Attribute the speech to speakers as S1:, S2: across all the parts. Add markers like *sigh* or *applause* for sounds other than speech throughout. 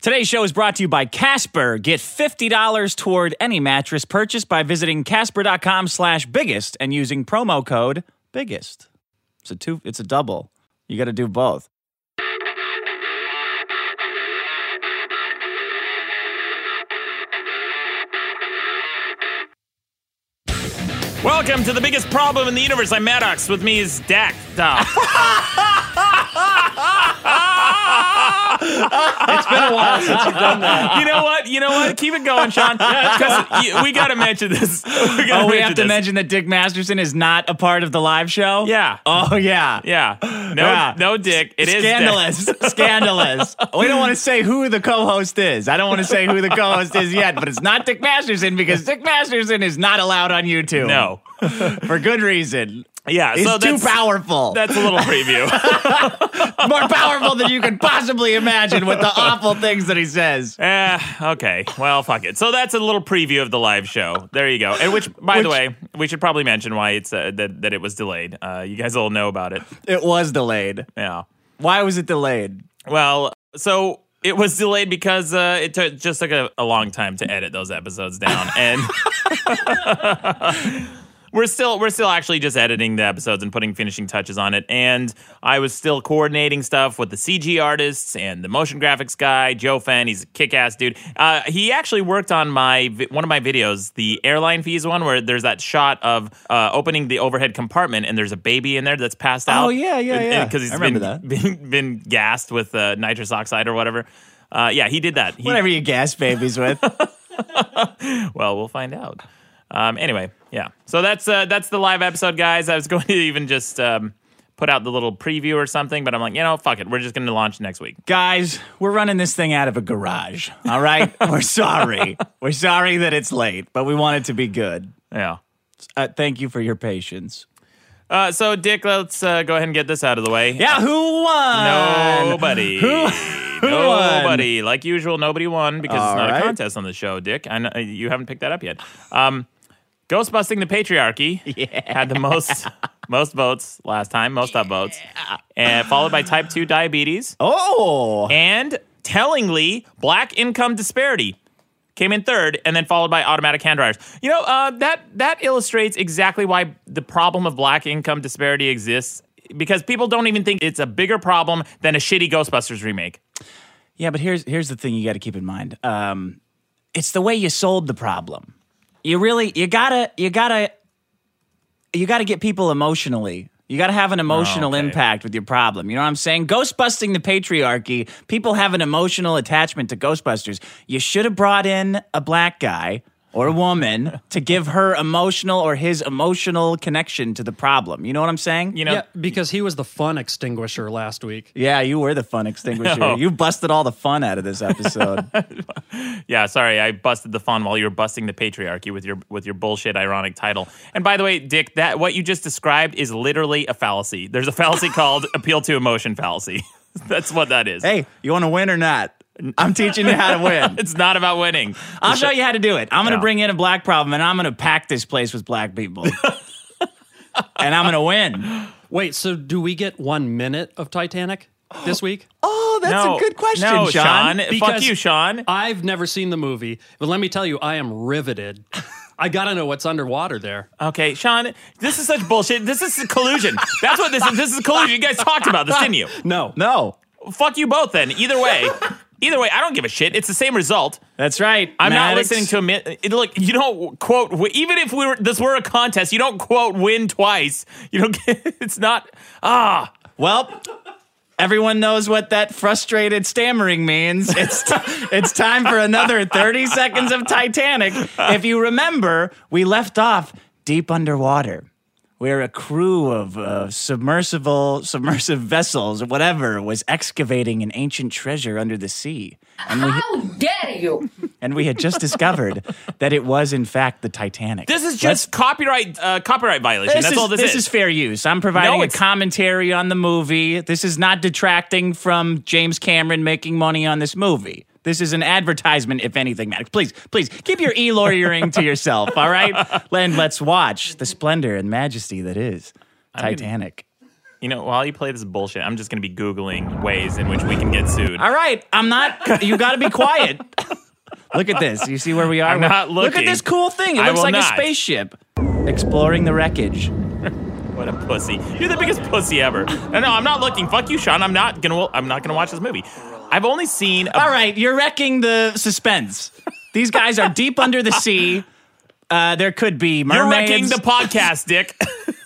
S1: Today's show is brought to you by Casper. Get $50 toward any mattress purchased by visiting casper.com slash biggest and using promo code biggest. It's a two it's a double. You got to do
S2: *laughs*
S1: both.
S2: Welcome to the biggest problem in the universe. I'm Maddox. With me is Dak.
S1: *laughs*
S2: Duh.
S1: It's been a
S2: Oh,
S1: while since you've done that.
S2: you know what? You know what? Keep it going, Sean. 'Cause y- we got to mention this. *laughs* We
S1: *laughs*
S2: gotta
S1: Oh, we have to
S2: this.
S1: mention that Dick Masterson is not a part of the live show?
S2: Yeah.
S1: Oh yeah.
S2: Yeah. No,
S1: Yeah.
S2: no dick. It is dick. *laughs*
S1: scandalous. Scandalous. We don't want to say who the co-host is. I don't want to say who the co-host is yet, but it's not Dick Masterson because Dick Masterson is not allowed on YouTube.
S2: No.
S1: for good reason.
S2: Yeah.
S1: He's
S2: so
S1: too
S2: that's,
S1: powerful.
S2: That's a little preview.
S1: *laughs* More powerful than you could possibly imagine *laughs* with the awful things that he says.
S2: Eh, okay. Well, fuck it. So that's a little preview of the live show. There you go. And which, by the
S1: Which-
S2: way, we should probably mention why it's uh, that that it was delayed. Uh, you guys all know about it.
S1: It was delayed.
S2: Yeah.
S1: Why was it delayed?
S2: Well, so it was delayed because uh, it took just took a, a long time to edit those episodes down, and *laughs* we're still we're still actually just editing the episodes and putting finishing touches on it. And I was still coordinating stuff with the CG artists and the motion graphics guy, Joe Fenn. He's a kick-ass dude. Uh, he actually worked on my vi- one of my videos, the airline fees one, where there's that shot of uh, opening the overhead compartment and there's a baby in there that's passed out.
S1: Oh, yeah, yeah, yeah.
S2: Because he's
S1: I remember
S2: been,
S1: that.
S2: been been gassed with uh, nitrous oxide or whatever. Uh, yeah, he did that. He-
S1: Whatever you gas babies *laughs* with.
S2: Well, we'll find out. Um, anyway, yeah. So that's uh, that's the live episode, guys. I was *laughs* going to even just um, put out the little preview or something, but I'm like, you know, fuck it. We're just going to launch next week.
S1: Guys, we're running this thing out of a garage. All right? *laughs* We're sorry. We're sorry that it's late, but we want it to be good.
S2: Yeah.
S1: Uh, thank you for your patience.
S2: Uh, so, Dick, let's uh, go ahead and get this out of the way.
S1: Yeah, who won?
S2: Nobody.
S1: Who- who won?
S2: nobody. Like usual, nobody won because
S1: All
S2: it's not
S1: right.
S2: a contest on the show, Dick. I know, you haven't picked that up yet. Um, Ghostbusting
S1: *laughs*
S2: the Patriarchy had the most most votes last time, most upvotes, and followed by Type Two Diabetes,
S1: Oh,
S2: and tellingly, Black Income Disparity came in third, and then followed by Automatic Hand Dryers. You know uh, that that illustrates exactly why the problem of Black Income Disparity exists. Because people don't even think it's a bigger problem than a shitty Ghostbusters remake.
S1: Yeah, but here's here's the thing you got to keep in mind. Um, it's the way you sold the problem. You really you gotta you gotta you gotta get people emotionally. You gotta have an emotional
S2: okay.
S1: impact with your problem. You know what I'm saying? Ghostbusting the patriarchy. People have an emotional attachment to Ghostbusters. You should have brought in a black guy or a
S2: *laughs*
S1: woman to give her emotional or his emotional connection to the problem. You know what I'm saying?
S2: You know,
S3: yeah, because he was the fun extinguisher last week.
S1: Yeah, you were the
S2: *laughs*
S1: fun extinguisher.
S2: No.
S1: You busted all the fun out of this episode.
S2: Yeah, sorry, I busted the fun while you were busting the patriarchy with your with your bullshit ironic title. And by the way, Dick, that what you just described is literally a fallacy. There's a fallacy *laughs* called appeal to emotion fallacy. *laughs* That's what that is.
S1: hey, you want to win or not? I'm teaching you how to win.
S2: *laughs* It's not about winning.
S1: I'll show you how to do it. I'm going to
S2: Yeah.
S1: bring in a black problem and I'm going to pack this place with black
S2: *laughs*
S1: people. and I'm going to win.
S3: Wait, so do we get one minute of Titanic this week?
S1: Oh, that's
S2: no,
S1: a good question,
S2: no,
S1: Sean.
S2: Fuck
S3: Because-
S2: you, Sean.
S3: I've never seen the movie, but let me tell you, I am riveted. I gotta know what's underwater there.
S1: Uh,
S2: Okay, Sean, this is such bullshit. This is collusion. That's what this is. This is collusion. You guys talked about this, didn't you?
S3: No,
S1: *laughs* No,
S2: Fuck you both then. Either way. Either way, I don't give a shit. It's the same result.
S1: that's right.
S2: I'm
S1: Maddox.
S2: not listening to a mi- it, look. You don't quote wi- even if we were this were a contest. You don't quote win twice. You don't. Get, *laughs* it's not ah.
S1: Well, everyone knows what that frustrated stammering means. It's t- it's time for another 30 seconds of Titanic. If you remember, we left off deep underwater. Where a crew of uh, submersible, submersive vessels, or whatever, was excavating an ancient treasure under the sea, and we
S4: How dare you?
S1: and we had just discovered that it was in fact the Titanic.
S2: This is just
S1: Let's-
S2: copyright uh, copyright violation. That's
S1: is,
S2: all this,
S1: is fair use. I'm providing
S2: No,
S1: a
S2: it's-
S1: commentary on the movie. This is not detracting from James Cameron making money on this movie. This is an advertisement, if anything, Maddox. Please, please keep your e lawyering to yourself,
S2: *laughs*
S1: all right? And let's watch the splendor and majesty that is Titanic.
S2: you know, while you play this bullshit, I'm just going to be Googling ways in which we can get sued.
S1: All right, I'm not. You got to be quiet. Look at this. You see where we are.
S2: I'm not
S1: Look at
S2: looking.
S1: this cool thing. It
S2: I
S1: looks
S2: will
S1: like
S2: not.
S1: a spaceship exploring the wreckage.
S2: What a pussy! You're the biggest pussy ever. No, no, I'm not looking. Fuck you, Sean. I'm not gonna. I'm not gonna watch this movie. I've only seen. A,
S1: All right, you're wrecking the suspense. These guys are deep under the sea. Uh, there could be
S2: You're
S1: mermaids.
S2: wrecking the
S1: *laughs*
S2: podcast, Dick.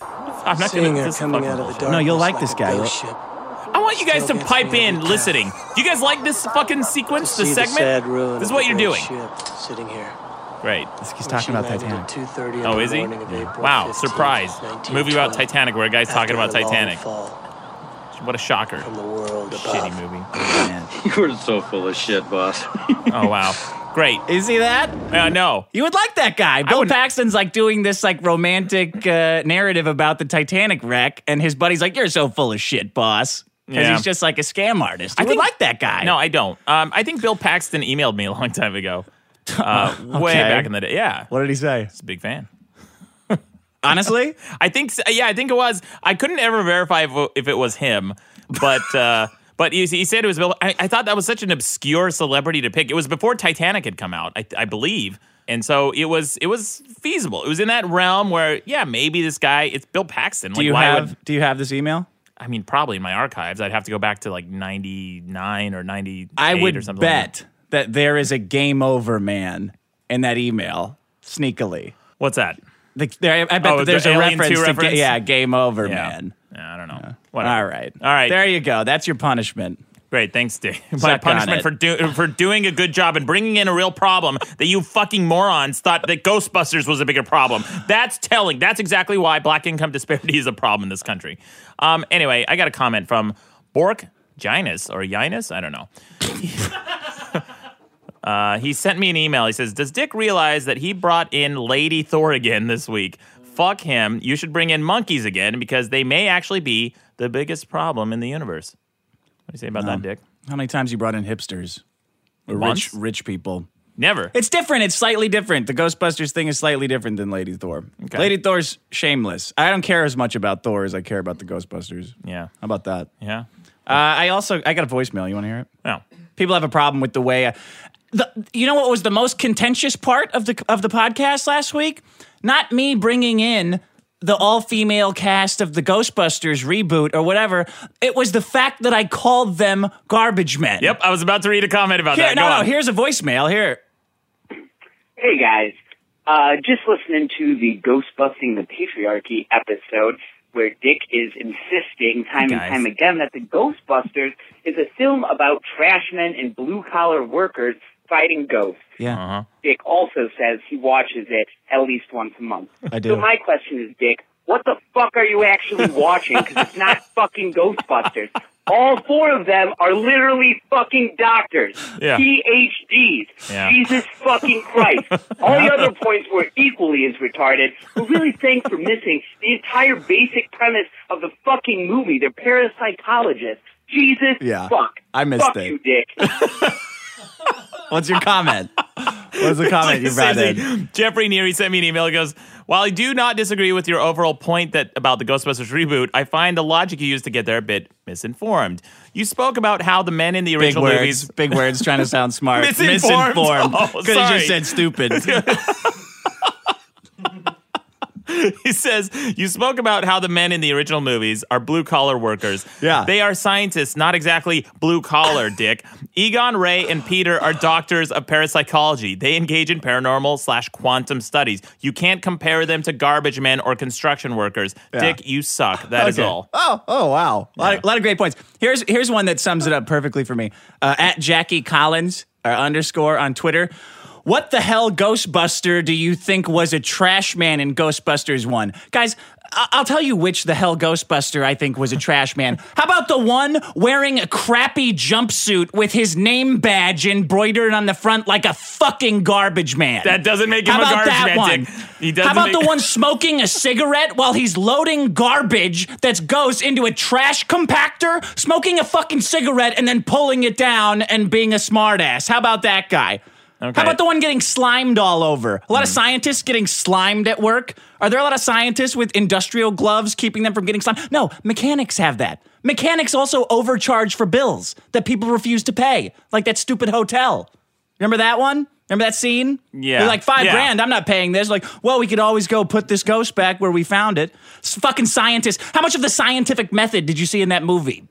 S2: I'm not
S4: Seeing
S2: gonna.
S4: her
S2: This is
S4: coming
S2: fucking
S4: out of the
S2: bullshit.
S4: dark.
S1: No, you'll like this guy.
S2: I want you guys to
S4: Still gets
S2: pipe
S4: me
S2: in,
S4: every time.
S2: listening. Do you guys like this fucking sequence, this segment? this is what you're doing.
S4: Sitting here.
S2: Great.
S1: He's talking about Titanic.
S2: Oh, is he? Wow, surprise! Movie about Titanic, where a guy's talking about Titanic. What a shocker!
S4: From the world
S2: Shitty
S4: above.
S2: movie.
S5: *laughs* You were so full of shit, boss.
S2: Oh wow,
S4: *laughs*
S2: great.
S1: You see that?
S2: Uh, no,
S1: You would like that guy. Bill Paxton's like doing this like romantic uh, narrative about the Titanic wreck, and his buddy's like, "You're so full of shit, boss," because
S2: Yeah.
S1: he's just like a scam artist. You
S2: I
S1: would
S2: think-
S1: like that guy.
S2: No, I don't. Um, I think Bill Paxton emailed me a long time ago,
S1: *laughs*
S2: uh, way
S1: Okay.
S2: back in the day. Yeah,
S1: what did he say?
S2: he's a big fan.
S1: *laughs* Honestly,
S2: I think. s- Yeah, I think it was. I couldn't ever verify if, if it was him, but. Uh,
S1: *laughs*
S2: But he, he said it was Bill. I, I thought that was such an obscure celebrity to pick. It was before Titanic had come out, I, I believe, and so it was it was feasible. It was in that realm where, yeah, maybe this guy. It's Bill Paxton.
S1: do you
S2: why
S1: have
S2: would-
S1: do you have this email?
S2: I mean, probably in my archives. I'd have to go back to like ninety nine or ninety.
S1: I
S2: or
S1: would
S2: something like that.
S1: bet that there is a game over man in that email sneakily.
S2: What's that?
S1: The, there, I bet
S2: Oh,
S1: that
S2: the
S1: there's a
S2: Alien 2
S1: reference, to
S2: reference?
S1: ga- yeah, game over
S2: Yeah.
S1: man.
S2: Yeah, I don't know.
S1: All
S2: Whatever.
S1: right,
S2: All right.
S1: There you go. That's your punishment.
S2: Great. Thanks, Dave. *laughs* My
S1: Suck on
S2: punishment
S1: it.
S2: for do- for doing a good job and bringing in a real problem that you fucking morons thought that Ghostbusters was a bigger problem. That's telling. That's exactly why black income disparity is a problem in this country. Um. Anyway, I got a comment from Bork Ginus or Ginus. I don't know. *laughs* Uh, he sent me an email. He says, "Does Dick realize that he brought in Lady Thor again this week? Fuck him. You should bring in monkeys again because they may actually be the biggest problem in the universe." What do you say about that, Dick?
S1: How many times you brought in hipsters? Or
S2: Once?
S1: Rich, rich people.
S2: Never.
S1: It's different. It's slightly different. The Ghostbusters thing is slightly different than Lady Thor.
S2: Okay.
S1: Lady Thor's shameless. I don't care as much about Thor as I care about the Ghostbusters.
S2: yeah.
S1: How about that?
S2: Yeah.
S1: Uh, I also I got a voicemail. You want to hear it?
S2: No.
S1: People have a problem with the way. I, the, you know what was the most contentious part of the of the podcast last week? Not me bringing in the all female cast of the Ghostbusters reboot or whatever. It was the fact that I called them garbage men.
S2: Yep. I was about to read a comment about
S1: Here,
S2: that. Go
S1: no, no.
S2: on. *laughs*
S1: Here's a voicemail. Here.
S6: Hey guys, uh, just listening to the Ghost Busting the Patriarchy episode where Dick is insisting time and
S2: guys.
S6: time again that the Ghostbusters is a film about trashmen and blue collar workers fighting ghosts.
S1: Yeah.
S2: Uh-huh.
S6: Dick also says he watches it at least once a month.
S1: I do.
S6: So my question is, Dick, what the fuck are
S1: *laughs*
S6: you actually watching? Because it's not fucking Ghostbusters. All four of them are literally fucking doctors,
S2: Yeah.
S6: PhDs.
S2: Yeah.
S6: Jesus fucking Christ! All
S2: *laughs*
S6: the other points were equally as retarded. We're really thanks for missing the entire basic premise of the fucking movie. They're parapsychologists. Jesus
S1: Yeah.
S6: fuck.
S1: I missed
S6: fuck
S1: it. *laughs*
S6: you, Dick.
S1: What's your comment? What's
S2: *laughs*
S1: the comment you brought
S2: Says
S1: in?
S2: he- Jeffrey Neary sent me an email. He goes, "While I do not disagree with your overall point that about the Ghostbusters reboot, I find the logic you used to get there a bit misinformed. You spoke about how the men in the
S1: Big
S2: original
S1: words.
S2: movies
S1: Big words trying to sound smart.
S2: *laughs* Misinformed. *laughs* Oh,
S1: Could have
S2: sorry.
S1: just said stupid.
S2: *laughs* *laughs* He says, You spoke about how the men in the original movies are blue collar workers.
S1: Yeah.
S2: They are scientists, not exactly
S1: *laughs*
S2: blue collar, Dick. Egon, Ray, and Peter are doctors of parapsychology. They engage in paranormal slash quantum studies. You can't compare them to garbage men or construction workers. Dick, you suck. That is
S1: Okay.
S2: all.
S1: Oh, oh, wow. A lot, of, lot of great points. Here's here's one that sums it up perfectly for me. Uh, at Jackie Collins or underscore on Twitter. What the hell, Ghostbuster? Do you think was a trash man in Ghostbusters one? Guys, I- I'll tell you which the hell Ghostbuster I think was a trash man. How about the one wearing a crappy jumpsuit with his name badge embroidered on the front like a fucking garbage man?
S2: That doesn't make him
S1: How
S2: a
S1: about
S2: garbage
S1: that
S2: man,
S1: one?
S2: Dick. He doesn't
S1: How about
S2: make-
S1: the one smoking a cigarette while he's loading garbage that goes into a trash compactor, smoking a fucking cigarette and then pulling it down and being a smartass? How about that guy?
S2: Okay.
S1: How about the one getting slimed all over? A lot of scientists getting slimed at work. Are there a lot of scientists with industrial gloves keeping them from getting slimed? No, mechanics have that. Mechanics also overcharge for bills that people refuse to pay, like that stupid hotel. Remember that one? Remember that scene?
S2: Yeah.
S1: They're like five
S2: Yeah.
S1: grand. I'm not paying this. Like, well, we could always go put this ghost back where we found it. S- fucking scientists. How much of the scientific method did you see in that movie?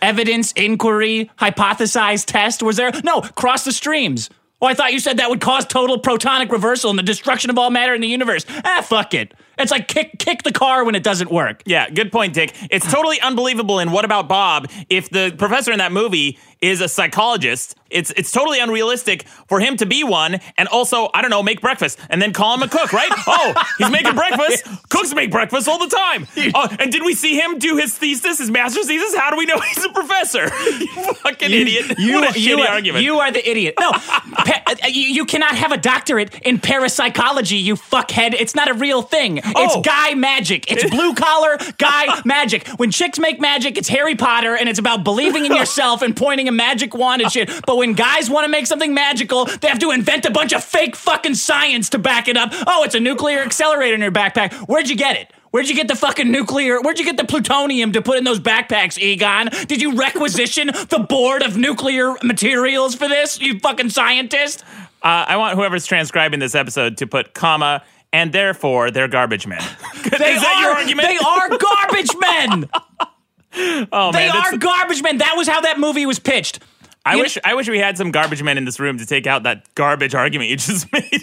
S1: evidence, inquiry, hypothesize, test? Was there? No, cross the streams. Oh, I thought you said that would cause total protonic reversal and the destruction of all matter in the universe. Ah, fuck it. It's like kick kick the car when it doesn't work.
S2: Yeah, good point, Dick. It's totally unbelievable. And what about Bob? If the professor in that movie is a psychologist, it's it's totally unrealistic for him to be one. And also, I don't know, make breakfast and then call him a
S1: *laughs*
S2: cook, right? oh, he's making breakfast. Cooks make breakfast all the
S1: *laughs*
S2: time. Oh, and did we see him do his thesis, his master's thesis? How do we know *laughs* he's
S1: *laughs*
S2: a professor? you fucking idiot!
S1: You,
S2: what a
S1: you,
S2: shitty
S1: are,
S2: argument.
S1: you are the idiot.
S2: *laughs*
S1: No, pa- uh, you, you cannot have a doctorate in parapsychology, you fuckhead. It's not a real thing.
S2: Oh.
S1: It's guy magic. It's blue collar guy magic. When chicks make magic, it's Harry Potter and it's about believing in yourself and pointing a magic wand and shit. But when guys want to make something magical, they have to invent a bunch of fake fucking science to back it up. Oh, it's a nuclear accelerator in your backpack. Where'd you get it? Where'd you get the fucking nuclear? Where'd you get the plutonium to put in those backpacks, Egon? Did you requisition the board of nuclear materials for this, you fucking scientist?
S2: uh, I want whoever's transcribing this episode to put comma. And therefore, they're
S1: *laughs*
S2: garbage men.
S1: They
S2: Is that
S1: are,
S2: your argument?
S1: They are garbage men.
S2: *laughs* oh,
S1: they
S2: man, that's-
S1: are garbage men. That was how that movie was pitched.
S2: I
S1: You
S2: wish I wish we had some garbage men in this room to take out that garbage argument you *laughs* just made.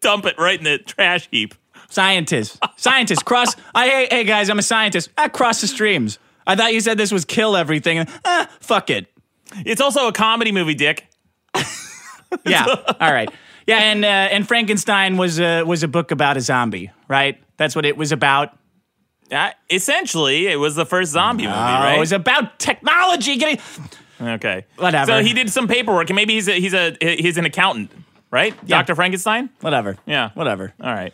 S2: Dump it right in the trash heap.
S1: Scientists. Scientists. Cross. I, hey, hey, guys, I'm a scientist. I cross the streams. I thought you said this was kill everything. Eh, fuck it.
S2: It's also a comedy movie, Dick. *laughs*
S1: Yeah. All right. Yeah, and uh, and Frankenstein was uh, was a book about a zombie, right? That's what it was about.
S2: Uh, essentially, it was the first zombie movie,
S1: Oh,
S2: right?
S1: it was about technology. Getting
S2: okay,
S1: Whatever.
S2: So he did some paperwork, and maybe he's a, he's a he's an accountant, right? Doctor Frankenstein.
S1: whatever.
S2: Yeah.
S1: Whatever.
S2: All right.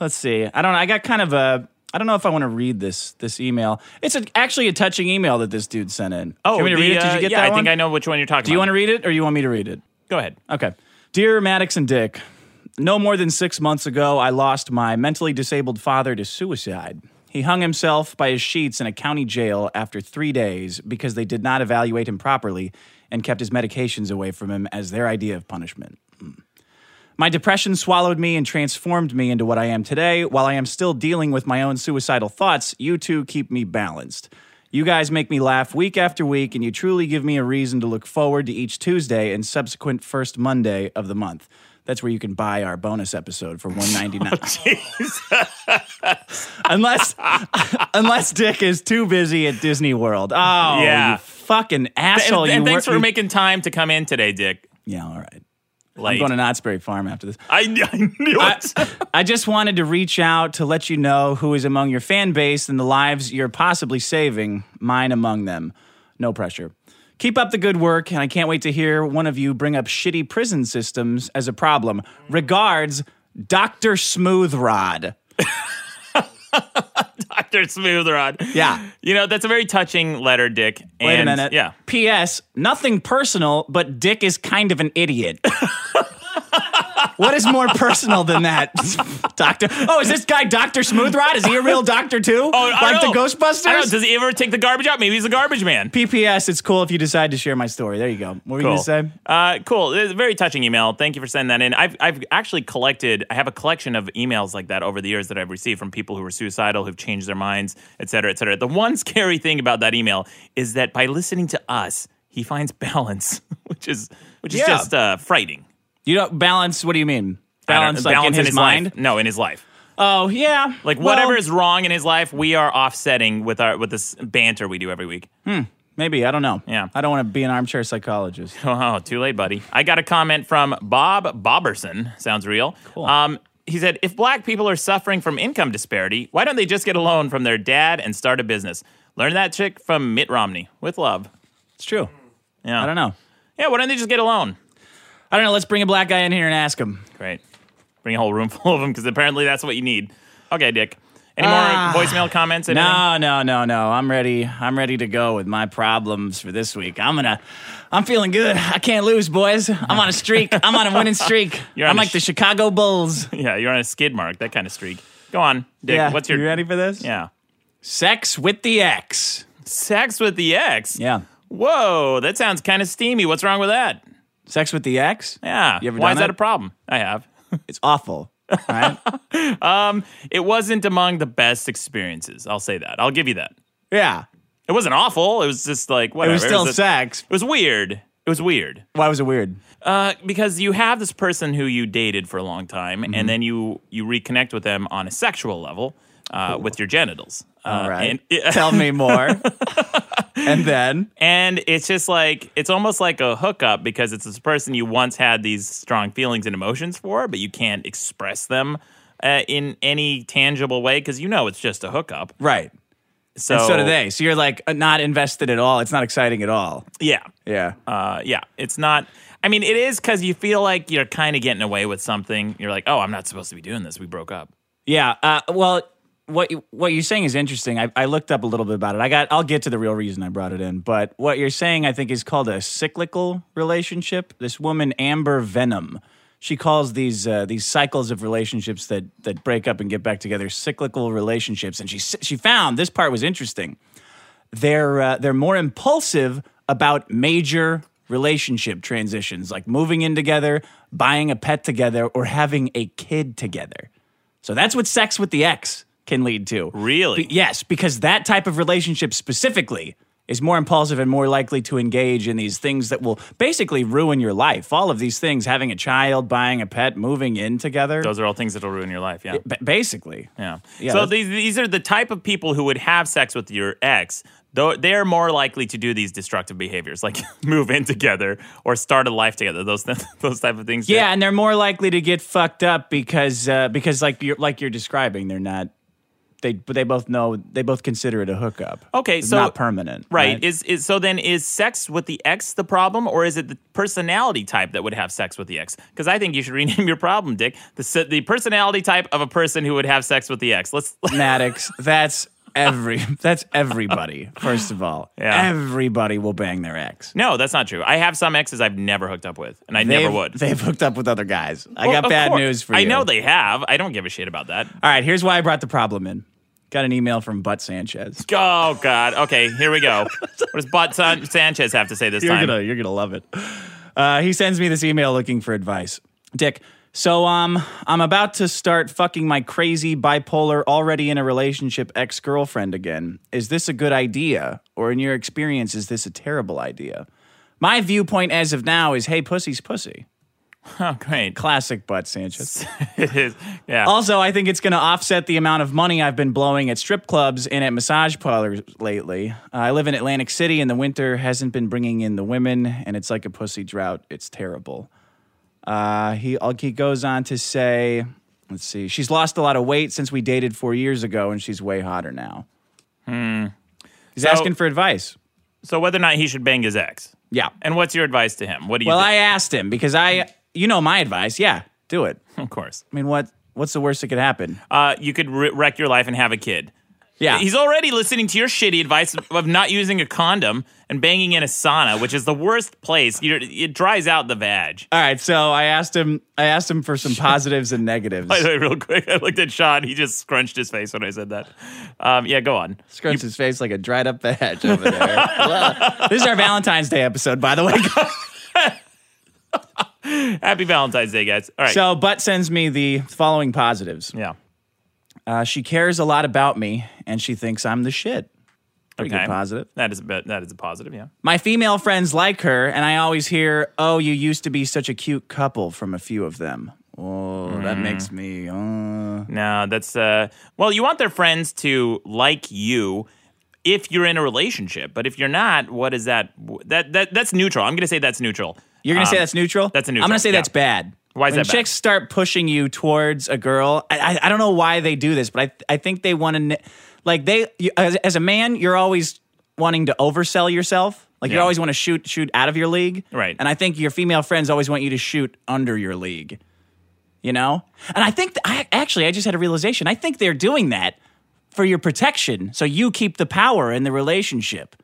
S1: Let's see. I don't know. I got kind of a. I don't know if I want to read this this email. It's a, actually a touching email that this dude sent in.
S2: Oh,
S1: Do you want me to
S2: the,
S1: read it? Did
S2: uh,
S1: you get
S2: yeah,
S1: that
S2: I
S1: one?
S2: think I know which one you're talking.
S1: Do you want to read it, or you want me to read it?
S2: Go ahead.
S1: Okay. Dear Maddox and Dick, no more than six months ago, I lost my mentally disabled father to suicide. He hung himself by his sheets in a county jail after three days because they did not evaluate him properly and kept his medications away from him as their idea of punishment. Mm. My depression swallowed me and transformed me into what I am today. While I am still dealing with my own suicidal thoughts, you two keep me balanced. You guys make me laugh week after week, and you truly give me a reason to look forward to each Tuesday and subsequent first Monday of the month. That's where you can buy our bonus episode for one ninety
S2: *laughs* Oh,
S1: nine. *laughs* unless, unless Dick is too busy at Disney World. Oh,
S2: Yeah.
S1: you fucking
S2: And,
S1: asshole! you
S2: and thanks
S1: wor-
S2: for
S1: you-
S2: making time to come in today, Dick.
S1: Yeah, all right.
S2: Late.
S1: I'm going to Knott's Berry Farm after this.
S2: I, *laughs* I knew it.
S1: I just wanted to reach out to let you know who is among your fan base and the lives you're possibly saving, mine among them. No pressure. Keep up the good work, and I can't wait to hear one of you bring up shitty prison systems as a problem. Regards, Dr. Smooth Rod.
S2: Doctor Smooth Rod.
S1: Yeah.
S2: You know that's a very touching letter, Dick.
S1: Wait
S2: and,
S1: a minute.
S2: Yeah.
S1: P.S. Nothing personal, but Dick is kind of an idiot. *laughs* what is more personal than that, *laughs* Doctor? Oh, is this guy Doctor Smooth Rod? Is he a real doctor too?
S2: Oh, I
S1: like
S2: don't
S1: the
S2: know. I don't know.
S1: Ghostbusters?
S2: Does he ever take the garbage out? Maybe he's a garbage man.
S1: PPS, it's cool if you decide to share my story. There you go. What were you
S2: Cool.
S1: going to say?
S2: Uh, cool. It's a very touching email. Thank you for sending that in. I've, I've actually collected, I have a collection of emails like that over the years that I've received from people who were suicidal, who've changed their minds, et cetera, et cetera. The one *laughs* scary thing about that email is that by listening to us, he finds balance, *laughs* which is, which is
S1: Yeah.
S2: just uh, frightening.
S1: You don't balance, what do you mean?
S2: I don't-
S1: Balance, like in his, mind?
S2: Life. No, in his life.
S1: Oh, yeah.
S2: Like
S1: Well,
S2: whatever is wrong in his life, we are offsetting with our with this banter we do every week.
S1: Maybe, I don't know.
S2: Yeah.
S1: I don't want to be an armchair
S2: *laughs*
S1: psychologist.
S2: Oh, too late, buddy. I got a comment from Bob Bobberson. Sounds real. Cool. Um, he said, if black people are suffering from income disparity, why don't they just get a loan from their dad and start a business? Learn that chick from Mitt Romney with love.
S1: It's true.
S2: Yeah.
S1: I don't know.
S2: Yeah, why don't they just get a loan?
S1: I don't know. Let's bring a black guy in here and ask him.
S2: *laughs* Great. Bring a whole room full of them because apparently that's what you need. Okay, Dick. Any more
S1: Ah.
S2: voicemail comments? anything?
S1: No, no, no, no. I'm ready. I'm ready to go with my problems for this week. I'm gonna. I'm feeling good. I can't lose, boys. I'm on a streak. I'm on a
S2: *laughs*
S1: winning streak.
S2: You're on
S1: I'm
S2: a
S1: like
S2: sh-
S1: the Chicago Bulls.
S2: Yeah, you're on a skid mark, that kind of streak. Go on, Dick. What's your
S1: You ready for this?
S2: Yeah.
S1: Sex with the ex.
S2: Sex with the ex.
S1: Yeah.
S2: Whoa, that sounds kind of steamy. What's wrong with that?
S1: Sex with the ex.
S2: Yeah.
S1: You ever
S2: Why
S1: done
S2: is that
S1: it?
S2: a problem? I have.
S1: It's awful. All right.
S2: It wasn't among the best experiences. I'll say that. I'll give you that.
S1: *laughs* yeah.
S2: It wasn't awful. It was just like
S1: It
S2: whatever.
S1: was still
S2: a-
S1: sex.
S2: It was weird. It was weird.
S1: Why was it weird?
S2: Uh, because you have this person who you dated for a long time,
S1: Mm-hmm.
S2: and then you you reconnect with them on a sexual level uh, with your genitals.
S1: All
S2: Uh,
S1: right. *laughs*
S2: and-
S1: Tell me
S2: *laughs*
S1: more. and then.
S2: And it's just like it's almost like a hookup because it's this person you once had these strong feelings and emotions for, but you can't express them uh, in any tangible way because you know it's just a hookup.
S1: Right.
S2: So,
S1: And so do they. So you're like uh, not invested at all. It's not exciting at all.
S2: Yeah,
S1: Yeah.
S2: uh, yeah. It's not. I mean, it is because you feel like you're kind of getting away with something. You're like, oh, I'm not supposed to be doing this. We broke up.
S1: Yeah. Uh, well, what you- what you're saying is interesting. I, I looked up a little bit about it. I got. I'll get to the real reason I brought it in. But what you're saying, I think, is called a cyclical relationship. This woman, Amber Venom, she calls these uh, these cycles of relationships that that break up and get back together cyclical relationships. And she s- she found this part was interesting. They're uh, they're more impulsive about major relationship transitions, like moving in together, buying a pet together, or having a kid together. So that's what sex with the ex can lead to.
S2: Really?
S1: Be- yes, because that type of relationship specifically is more impulsive and more likely to engage in these things that will basically ruin your life. All of these things, having a child, buying a pet, moving in together.
S2: Those are all things that'll ruin your life. Yeah.
S1: B- basically.
S2: Yeah.
S1: Yeah,
S2: so
S1: that's-
S2: these these are the type of people who would have sex with your ex. Though they're more likely to do these destructive behaviors, like *laughs* move in together or start a life together. Those *laughs* those type of things.
S1: Yeah, and they're more likely to get fucked up because uh, because like you're like you're describing, they're not they but they both know they both consider it a hookup.
S2: Okay,
S1: it's
S2: so-
S1: not permanent,
S2: Right. Is is so then is sex with the ex the problem, or is it the personality type that would have sex with the ex? Because I think you should *laughs* rename your problem, Dick. The se- the personality type of a person who would have sex with the ex. Let's. *laughs*
S1: Maddox, that's every that's everybody. First of all,
S2: Yeah.
S1: everybody will bang their ex.
S2: No, that's not true. I have some exes I've never hooked up with, and I
S1: They've,
S2: never would.
S1: They've hooked up with other guys. I
S2: Well,
S1: got
S2: of
S1: bad
S2: course.
S1: news for you.
S2: I know they have. I don't give a shit about that.
S1: All right, here's why I brought the problem in. Got an email from Butt Sanchez.
S2: Oh God. Okay, here we go. what does Bot San- Sanchez have to say this
S1: You're
S2: time?
S1: gonna you're gonna love it. Uh, he sends me this email looking for advice. Dick, so um I'm about to start fucking my crazy bipolar already in a relationship ex-girlfriend again. Is this a good idea or in your experience is this a terrible idea? My viewpoint as of now is hey pussy's pussy.
S2: Oh,
S1: *laughs*
S2: great. *laughs*
S1: Classic butt Sanchez.
S2: yeah.
S1: Also, I think it's going to offset the amount of money I've been blowing at strip clubs and at massage parlors lately. Uh, I live in Atlantic City, and the winter hasn't been bringing in the women, and it's like a pussy drought. It's terrible. Uh, he uh, he goes on to say, let's see, she's lost a lot of weight since we dated four years ago, and she's way hotter now. Hmm. He's
S2: So-
S1: asking for advice.
S2: so whether or not he should bang his ex,
S1: Yeah.
S2: and what's your advice to him? What do you?
S1: Well, I
S2: think?
S1: asked him because I, you know, my advice. Yeah, do it. I
S2: *laughs* of course.
S1: mean, what what's the worst that could happen?
S2: Uh, you could re- wreck your life and have a kid.
S1: Yeah.
S2: He's already listening to your shitty advice of not using a condom and banging in a sauna, which is the worst place. You're, it dries out the vag.
S1: All right, so I asked him. I asked him for
S2: *laughs*
S1: some positives and negatives.
S2: By the way, real quick, *laughs* I looked at Sean. He just scrunched his face when I said that. Um, yeah, go on.
S1: Scrunch his face like a dried up veg over there. *laughs* Well, this is our Valentine's Day episode, by
S2: *laughs*
S1: the way.
S2: Happy Valentine's Day, guys. All right.
S1: so, Butt sends me the following positives.
S2: yeah.
S1: Uh, she cares a lot about me, and she thinks I'm the shit. Pretty
S2: Okay.
S1: good positive.
S2: That is a bit, that is a positive. Yeah.
S1: My female friends like her, and I always hear, "Oh, you used to be such a cute couple." From a few of them. Oh,
S2: Mm-hmm.
S1: that makes me. Uh,
S2: No, that's uh well, you want their friends to like you if you're in a relationship, but if you're not, what is that that that that's neutral. I'm going to say that's neutral.
S1: You're gonna say
S2: Um,
S1: that's neutral.
S2: that's a
S1: I'm
S2: neutral,
S1: gonna say
S2: yeah.
S1: that's bad.
S2: Why is
S1: when
S2: that bad?
S1: Chicks start pushing you towards a girl. I, I, I don't know why they do this, but I I think they want to like they you, as, as a man you're always wanting to oversell yourself. Like you
S2: Yeah.
S1: always want to shoot shoot out of your league.
S2: Right.
S1: And I think your female friends always want you to shoot under your league. You know. And I think th- I actually I just had a realization. I think they're doing that for your protection so you keep the power in the relationship.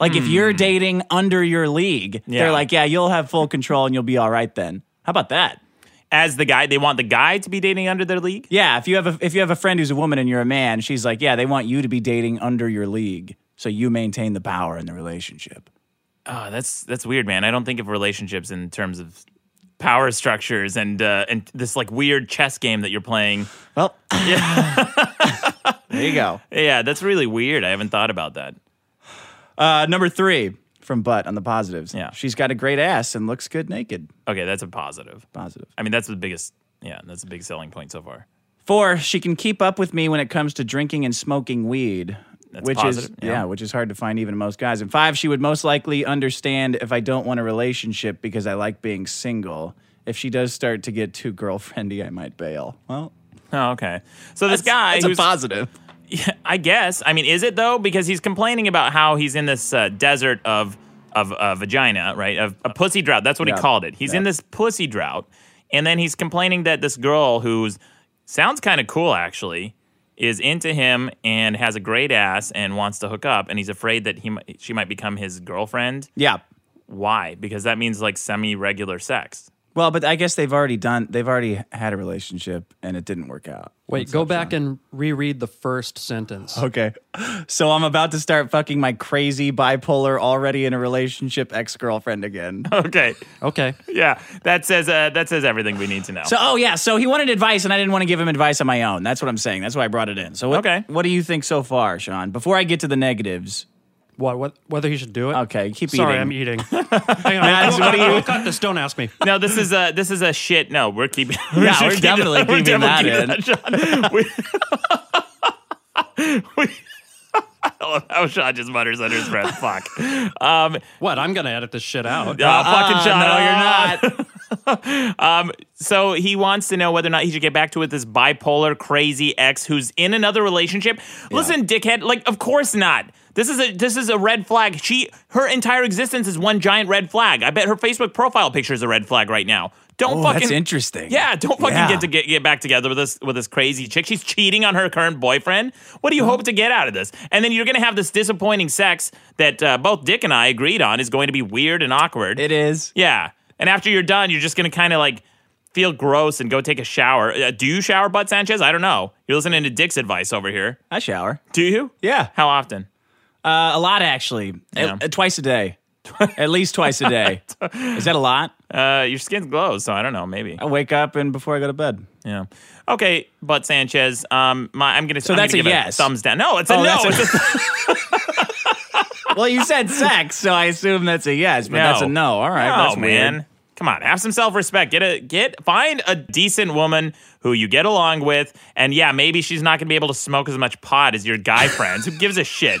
S1: Like if you're dating under your league,
S2: Yeah.
S1: they're like, Hmm. yeah, you'll have full control and you'll be all right then. How about that?
S2: As the guy, they want the guy to be dating under their league.
S1: Yeah, if you have a if you have a friend who's a woman and you're a man, she's like, yeah, they want you to be dating under your league so you maintain the power in the relationship.
S2: Oh, that's that's weird, man. I don't think of relationships in terms of power structures and uh, and this like weird chess game that you're playing.
S1: Well, *laughs* there you go.
S2: Yeah, that's really weird. I haven't thought about that.
S1: Uh, number three from Butt on the positives.
S2: Yeah.
S1: she's got a great ass and looks good naked.
S2: Okay, that's a positive.
S1: Positive.
S2: I mean, that's the biggest. Yeah, that's a big selling point so far.
S1: Four, she can keep up with me when it comes to drinking and smoking weed.
S2: That's
S1: which
S2: positive,
S1: is
S2: yeah.
S1: yeah. which is hard to find even in most guys. And five, she would most likely understand if I don't want a relationship because I like being single. If she does start to get too girlfriendy, I might bail. Well,
S2: Oh, okay. So this guy,
S1: it's a
S2: who's-
S1: positive.
S2: I guess. I mean, is it though? Because he's complaining about how he's in this uh, desert of of uh, vagina, right? Of a pussy drought. That's what he
S1: Yeah.
S2: called it. He's in
S1: Yeah.
S2: this pussy drought, and then he's complaining that this girl who's sounds kind of cool actually is into him and has a great ass and wants to hook up, and he's afraid that he might, she might become his girlfriend.
S1: Yeah.
S2: Why? Because that means like semi regular sex. *laughs*
S1: Well, but I guess they've already done. They've already had a relationship and it didn't work out.
S3: Wait, go back and reread the first sentence.
S1: Okay. So I'm about to start fucking my crazy bipolar already in a relationship ex-girlfriend again.
S2: Okay.
S1: Oh.
S3: Okay.
S2: Yeah, that says uh, that says everything we need to know.
S1: So, oh yeah, so he wanted advice, and I didn't want to give him advice on my own. That's what I'm saying. That's why I brought it in. So, what,
S2: Okay.
S1: what do you think so far, Sean? Before I get to the negatives,
S3: What, what? Whether he should do it?
S1: okay, keep
S3: Sorry,
S1: eating.
S3: I'm
S1: *laughs*
S3: eating. Hang on.
S1: Mads,
S3: I'll-
S1: what do
S3: I'll
S1: you-
S3: cut this. Don't ask me.
S2: No, this is a this is a shit. No, we're keeping. we
S1: Yeah, *laughs*
S2: should
S1: we're
S2: keep
S1: definitely
S2: that- we're
S1: keeping
S2: definitely keeping that, Sean. We- *laughs* we- I love how Sean just mutters under his
S1: *laughs*
S2: breath. Fuck. Um,
S3: What? I'm going to edit this shit out.
S2: oh, fucking Sean.
S1: uh, no,
S2: oh.
S1: you're not.
S2: Um, so he wants to know whether or not he should get back to with this bipolar crazy ex who's in another relationship. Listen, dickhead, like of course not. This is a this is a red flag. She her entire existence is one giant red flag. I bet her Facebook profile picture is a red flag right now. Don't
S1: Oh,
S2: fucking
S1: that's interesting.
S2: Yeah, don't fucking
S1: Yeah.
S2: get to get, get back together with this with this crazy chick. She's cheating on her current boyfriend. What
S1: Uh-huh.
S2: do you hope to get out of this? And then you're gonna have this disappointing sex that uh, both Dick and I agreed on is going to be weird and
S1: *laughs*
S2: awkward.
S1: It is.
S2: Yeah. And after you're done, you're just going to kind of like feel gross and go take a shower. Uh, do you shower, Bud Sanchez? I don't know. You're listening to Dick's advice over here.
S1: I shower.
S2: Do you?
S1: Yeah,
S2: How often?
S1: uh, a lot actually.
S2: Yeah.
S1: A- twice a *laughs* day, at least twice a day. Is that a lot?
S2: Uh, your skin glows, so I don't know. Maybe.
S1: I wake up and before I go to bed.
S2: Yeah. Okay, Bud Sanchez. Um, my, I'm gonna. So
S1: that's a yes.
S2: thumbs down. No, it's a
S1: Oh,
S2: no.
S1: that's a- *laughs*
S2: It's a-
S1: Well, you said sex, so I assume that's a yes, but that's a no. All right,
S2: No,
S1: that's
S2: Oh, man.
S1: weird.
S2: Come on, have some self-respect. Get a get find a decent woman who you get along with, and yeah, maybe she's not gonna be able to smoke as much pot as your guy friends. Who gives a shit?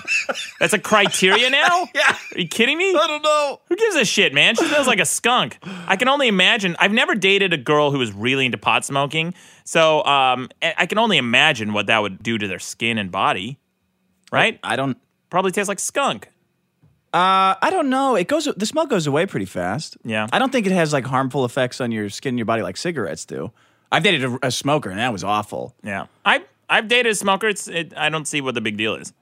S2: That's a criteria now.
S1: *laughs* Yeah.
S2: Are you kidding me?
S1: don't know.
S2: Who gives a shit, man? She smells like a skunk. I can only imagine. I've never dated a girl who was really into pot smoking, so um, I I can only imagine what that would do to their skin and body. Right?
S1: I don't.
S2: Probably tastes like skunk.
S1: Uh, I don't know. It goes. The smell goes away pretty fast.
S2: Yeah.
S1: I don't think it has like harmful effects on your skin, and your body like cigarettes do. I've dated a, a smoker, and that was awful.
S2: Yeah. I I've dated a smoker. It's, it, I don't see what the big deal is.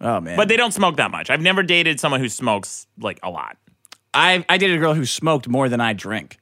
S1: Oh man.
S2: But they don't smoke that much. I've never dated someone who smokes like a lot.
S1: I I dated a girl who smoked more than I drink.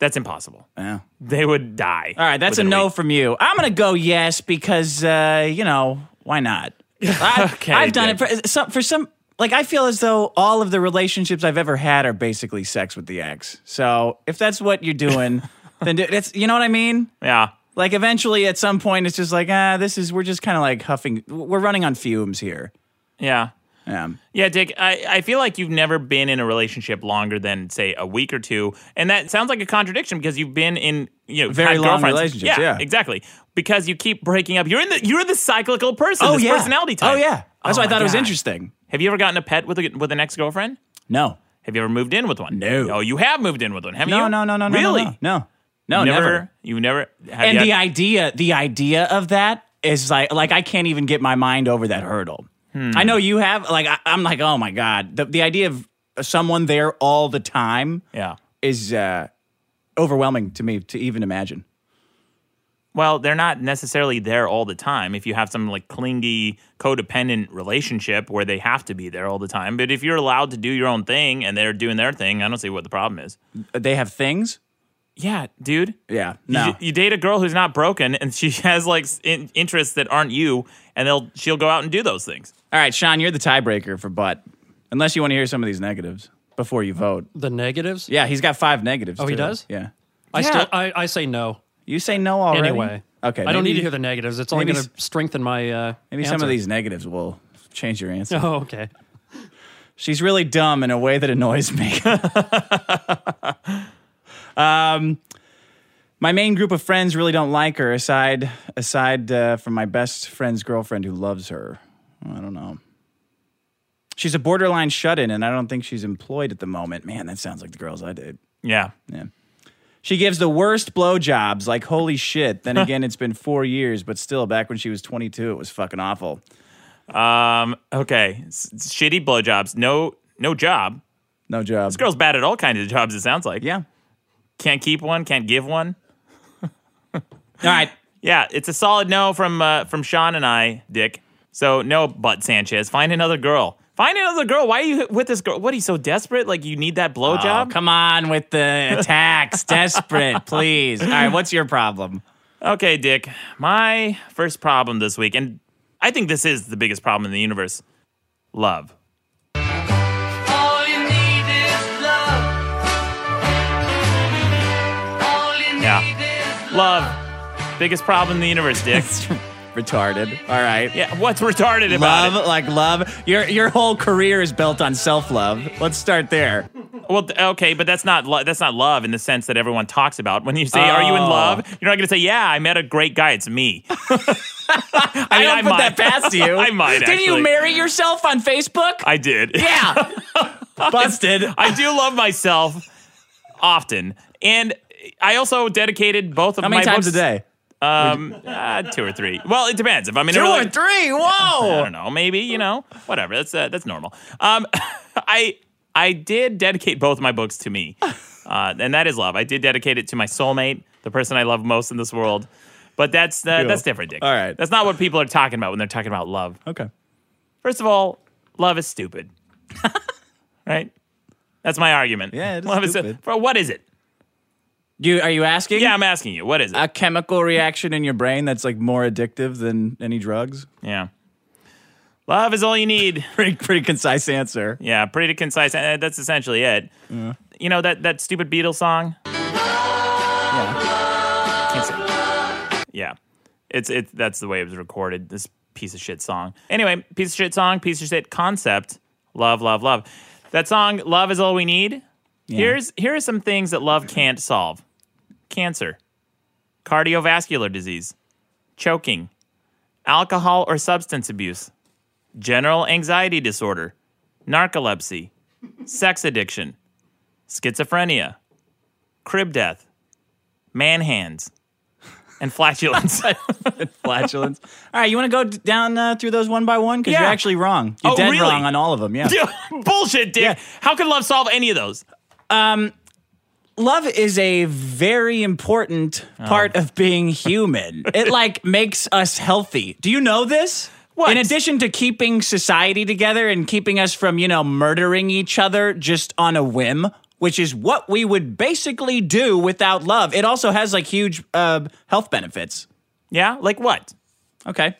S2: That's impossible.
S1: Yeah.
S2: They would die.
S1: All right, that's a
S2: within
S1: no
S2: week.
S1: from you. I'm gonna go yes because uh, you know why *laughs* not? I,
S2: Okay,
S1: I've done
S2: Dick.
S1: it for uh, some for some. Like I feel as though all of the relationships I've ever had are basically sex with the ex. So if that's what you're doing, *laughs* then do, it's you know what I mean.
S2: yeah.
S1: Like eventually, at some point, it's just like ah, this is we're just kind of like huffing. We're running on fumes here.
S2: Yeah.
S1: Yeah.
S2: Yeah, Dick, I, I feel like you've never been in a relationship longer than, say, a week or two. And that sounds like a contradiction because you've been in, you know,
S1: Very
S2: had
S1: long
S2: girlfriends.
S1: relationships, yeah.
S2: Exactly. Because you keep breaking up. You're in the you're the cyclical person.
S1: Oh
S2: this
S1: yeah.
S2: personality type.
S1: Oh yeah. That's
S2: Oh
S1: why I
S2: my
S1: thought it was
S2: God.
S1: interesting.
S2: Have you ever gotten a pet with a, with an ex girlfriend?
S1: No.
S2: Have you ever moved in with one?
S1: No.
S2: Oh, you have moved in with one, haven't
S1: No.
S2: you?
S1: No. No. No. No.
S2: Really?
S1: No. No. No.
S2: Oh, never,
S1: never.
S2: You never. Have
S1: And
S2: you
S1: the
S2: had-
S1: idea, the idea of that is like, like I can't even get my mind over that hurdle. I know you have. Like I, I'm like, oh my god, the the idea of someone there all the time
S2: yeah.
S1: is uh, overwhelming to me to even imagine.
S2: Well, they're not necessarily there all the time. If you have some like clingy, codependent relationship where they have to be there all the time, but if you're allowed to do your own thing and they're doing their thing, I don't see what the problem is.
S1: They have things.
S2: Yeah, dude.
S1: Yeah.
S2: You-
S1: No.
S2: You, date a girl who's not broken and she *laughs* has like s- in, interests that aren't you, and they'll she'll go out and do those things.
S1: All right, Sean, you're the tiebreaker for Butt. Unless you want to hear some of these negatives before you vote.
S3: The negatives?
S1: Yeah, he's got five negatives.
S3: Oh, he
S1: too.
S3: does?
S1: Yeah.
S3: I
S2: Yeah.
S3: still I, I say no.
S1: You say no already.
S3: Anyway.
S1: Okay.
S3: I don't
S1: maybe-
S3: need to hear the negatives. It's only
S1: maybe
S3: going to
S1: s-
S3: strengthen my uh
S1: Maybe some of these negatives will change your answer.
S3: *laughs* Oh, okay.
S1: She's really dumb in a way that annoys me. *laughs* um, my main group of friends really don't like her, aside aside uh, from my best friend's girlfriend who loves her. I don't know. She's a borderline shut-in, and I don't think she's employed at the moment. Man, that sounds like the girls I did.
S2: Yeah.
S1: She gives the worst blowjobs, like holy shit. Then again, it's been four years, but still, back when she was 22, it was fucking awful.
S2: Um. Okay. S- shitty blowjobs. No. No job.
S1: No job.
S2: This girl's bad at all kinds of jobs. It sounds like.
S1: Yeah. All
S2: Can't keep one. Can't
S1: *laughs*
S2: give one.
S1: right.
S2: Yeah. It's a solid no from uh, from Sean and I, Dick. So no, but Sanchez, find another girl. Find another girl. Why are you with this girl? What are you so desperate? Like you need that
S1: Oh,
S2: blowjob?
S1: come on with the
S2: *laughs*
S1: attacks. Desperate, please. All right, what's your problem?
S2: Okay, Dick. My first problem this week, and I think this is the biggest problem in the universe love. Yeah. Love. Biggest problem in the universe, Dick.
S1: Retarded. All right.
S2: yeah, what's retarded about
S1: Love, like love. Your your whole career is built on self love. Let's start there.
S2: it? Well, th- okay, but that's not lo- that's not love in the sense that everyone talks about. When you say, "Are you in
S1: Oh.
S2: love?" You're not going to say, "Yeah, I met a great guy.
S1: *laughs*
S2: It's me." I, mean,
S1: I don't put that
S2: might.
S1: past you.
S2: *laughs* I might.
S1: Didn't you
S2: actually.
S1: marry yourself on Facebook?
S2: I did.
S1: yeah. Busted.
S2: *laughs* I do love myself often, and I also dedicated both of
S1: How
S2: my
S1: many times a
S2: books-
S1: day?
S2: Um, uh, *laughs* two or three. Well, it depends. If I'm in a
S1: Two
S2: rela-
S1: or three. Whoa.
S2: I don't know. Maybe you know. Whatever. That's uh, that's normal. Um, *laughs* I I did dedicate both my books to me, uh, and that is love. I did dedicate it to my soulmate, the person I love most in this world. But that's uh, that's different, Dick.
S1: All right.
S2: That's not what people are talking about when they're talking about love.
S1: Okay.
S2: First of all, love is stupid. *laughs* right. That's my argument.
S1: Yeah, it is
S2: Love
S1: stupid.
S2: for what is it?
S1: You are you asking?
S2: Yeah, I'm asking you. What is it?
S1: A chemical reaction in your brain that's like more addictive than any drugs. *laughs*
S2: yeah. Love is all you need.
S1: Pretty pretty concise answer.
S2: Yeah, pretty concise. Uh, That's essentially it. You know that that stupid Beatles song?
S1: Yeah.
S2: Can't sing. Yeah. It's it that's the way it was recorded. This piece of shit song. Anyway, piece of shit song, piece of shit concept. Love, love, love. That song Love is all we need. Here's here are some things that love can't solve. Cancer, cardiovascular disease, choking, alcohol or substance abuse, general anxiety disorder, narcolepsy, sex addiction, schizophrenia, crib death, man hands, and
S1: *laughs*
S2: flatulence.
S1: Flatulence. *laughs* All right, you want to go d- down uh, through those one by one because
S2: Yeah.
S1: you're actually wrong. You're
S2: Oh,
S1: dead
S2: really?
S1: wrong on all of them. Yeah.
S2: Bullshit, Dick.
S1: Yeah.
S2: How can love solve any of those?
S1: love is a very important part of being *laughs* human. it like makes us healthy. Do you know this?
S2: What?
S1: In addition to keeping society together and keeping us from, you know, murdering each other just on a whim, which is what we would basically do without love. It also has like huge uh, health benefits.
S2: Yeah, like what?
S1: Okay.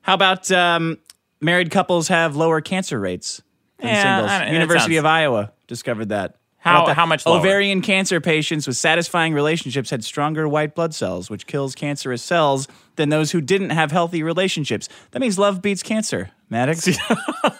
S1: How about um, married couples have lower cancer rates than
S2: Yeah, I don't-
S1: singles?
S2: that
S1: University
S2: sounds-
S1: of Iowa discovered that.
S2: How-
S1: about that?
S2: how much lower?
S1: Ovarian cancer patients with satisfying relationships had stronger white blood cells, which kills cancerous cells, than those who didn't have healthy relationships. That means love beats cancer, Maddox.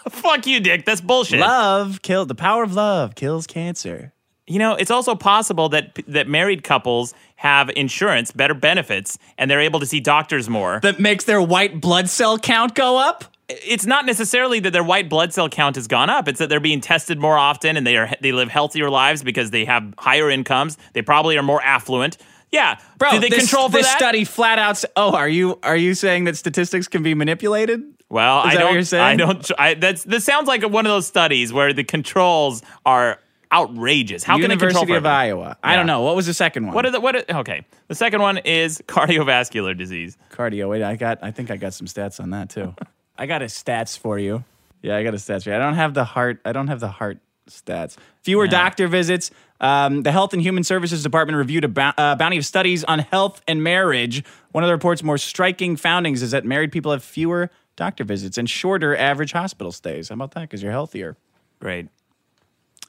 S2: Fuck you, Dick. That's bullshit.
S1: love kill the power of love kills cancer.
S2: You know, it's also possible that that married couples have insurance, better benefits, and they're able to see doctors more.
S1: That makes their white blood cell count go up.
S2: it's not necessarily that their white blood cell count has gone up. It's that they're being tested more often and they are they live healthier lives because they have higher incomes. They probably are more affluent. Yeah,
S1: Bro,
S2: do they
S1: Oh, this,
S2: control for
S1: this
S2: that?
S1: study flat out. s- Oh, are you are you saying that statistics can be manipulated?
S2: Well,
S1: Is
S2: I
S1: that
S2: don't.
S1: what you're saying?
S2: I don't. I, that's this sounds like one of those studies where the controls are outrageous. How can it
S1: University
S2: control
S1: of
S2: for everything?
S1: Iowa. I don't know. What was the second one?
S2: What are the what? Are, okay, the second one is cardiovascular disease.
S1: cardio. Wait, I got. I think I got some stats on that
S2: *laughs*
S1: too. I got a stats for you. Yeah, I got a stats for you. I don't have the heart. I don't have the heart stats. Fewer doctor visits. Um, the Health and Human Services Department reviewed a bou- uh, bounty of studies on health and marriage. One of the report's more striking findings is that married people have fewer doctor visits and shorter average hospital stays. How about that? Because you're healthier.
S2: Great.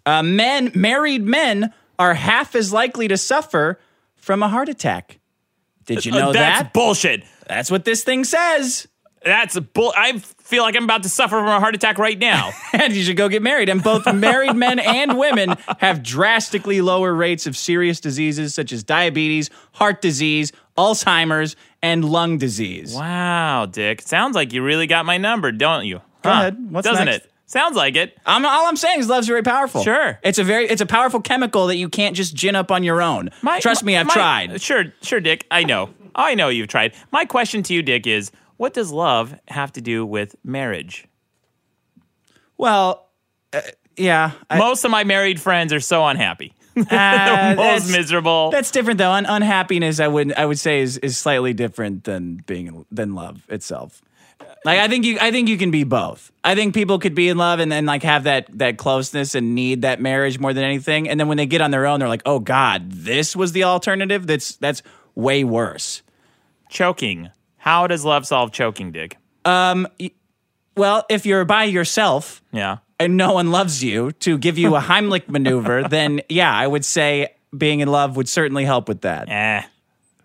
S1: Uh, men, married men, are half as likely to suffer from a heart attack. Did you know
S2: Uh, that's
S1: that?
S2: bullshit.
S1: That's what this thing says. *laughs*
S2: That's a bull. I feel like I'm about to suffer from a heart attack right now.
S1: and you should go get married. And both married men and women have drastically lower rates of serious diseases such as diabetes, heart disease, Alzheimer's, and lung disease.
S2: wow, Dick. Sounds like you really got my number, don't you? Go
S1: ahead. What's
S2: Doesn't
S1: next?
S2: it? Sounds like it.
S1: I'm, all I'm saying is love's very powerful.
S2: Sure.
S1: it's a very it's a powerful chemical that you can't just gin up on your own.
S2: My-
S1: Trust me, I've
S2: my- uh,
S1: tried.
S2: Sure, sure, Dick. I know. I know you've tried. My question to you, Dick, is what does love have to do with marriage?
S1: Well, uh,
S2: *laughs*
S1: yeah, I-
S2: Most of my married friends are so unhappy. *laughs*
S1: uh,
S2: Most
S1: that's-
S2: miserable.
S1: That's different though. Un- unhappiness, I would I would say is is slightly different than being than love itself. Like I think you I think you can be both. I think people could be in love and then like have that that closeness and need that marriage more than anything. And then when they get on their own, they're like, oh God, this was the alternative. That's that's way worse.
S2: Choking. How does love solve choking, Dick?
S1: Well, if you're by yourself
S2: Yeah.
S1: and no one loves you to give you a Heimlich maneuver, then yeah, I would say being in love would certainly help with that.
S2: Eh.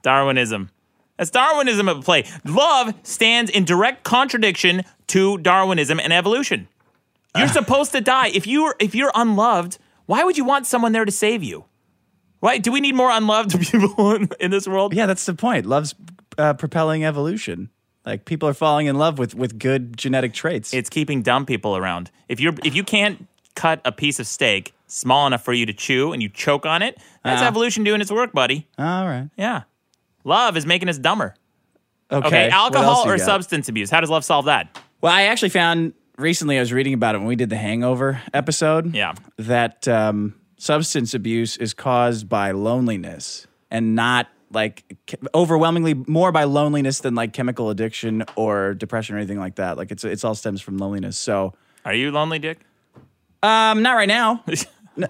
S2: Darwinism. That's Darwinism at play. Love stands in direct contradiction to Darwinism and evolution. You're
S1: Ah.
S2: supposed to die. If you're if you're unloved, why would you want someone there to save you? Right? Do we need more unloved *laughs* people in, in this world?
S1: Yeah, that's the point. Love's uh, propelling evolution. Like people are falling in love with with good genetic traits.
S2: It's keeping dumb people around. If you're if you can't cut a piece of steak small enough for you to chew and you choke on it, that's evolution doing its work, buddy.
S1: Ah. All right.
S2: Yeah. Love is making us dumber.
S1: Okay.
S2: Okay,
S1: what else
S2: alcohol
S1: you
S2: or
S1: got?
S2: substance abuse. How does love solve that?
S1: Well, I actually found recently I was reading about it when we did the Hangover episode.
S2: Yeah.
S1: That um, substance abuse is caused by loneliness and not like ch- overwhelmingly more by loneliness than like chemical addiction or depression or anything like that. Like it's it's all stems from loneliness. So
S2: Are you lonely, Dick? *laughs*
S1: um, not right now *laughs*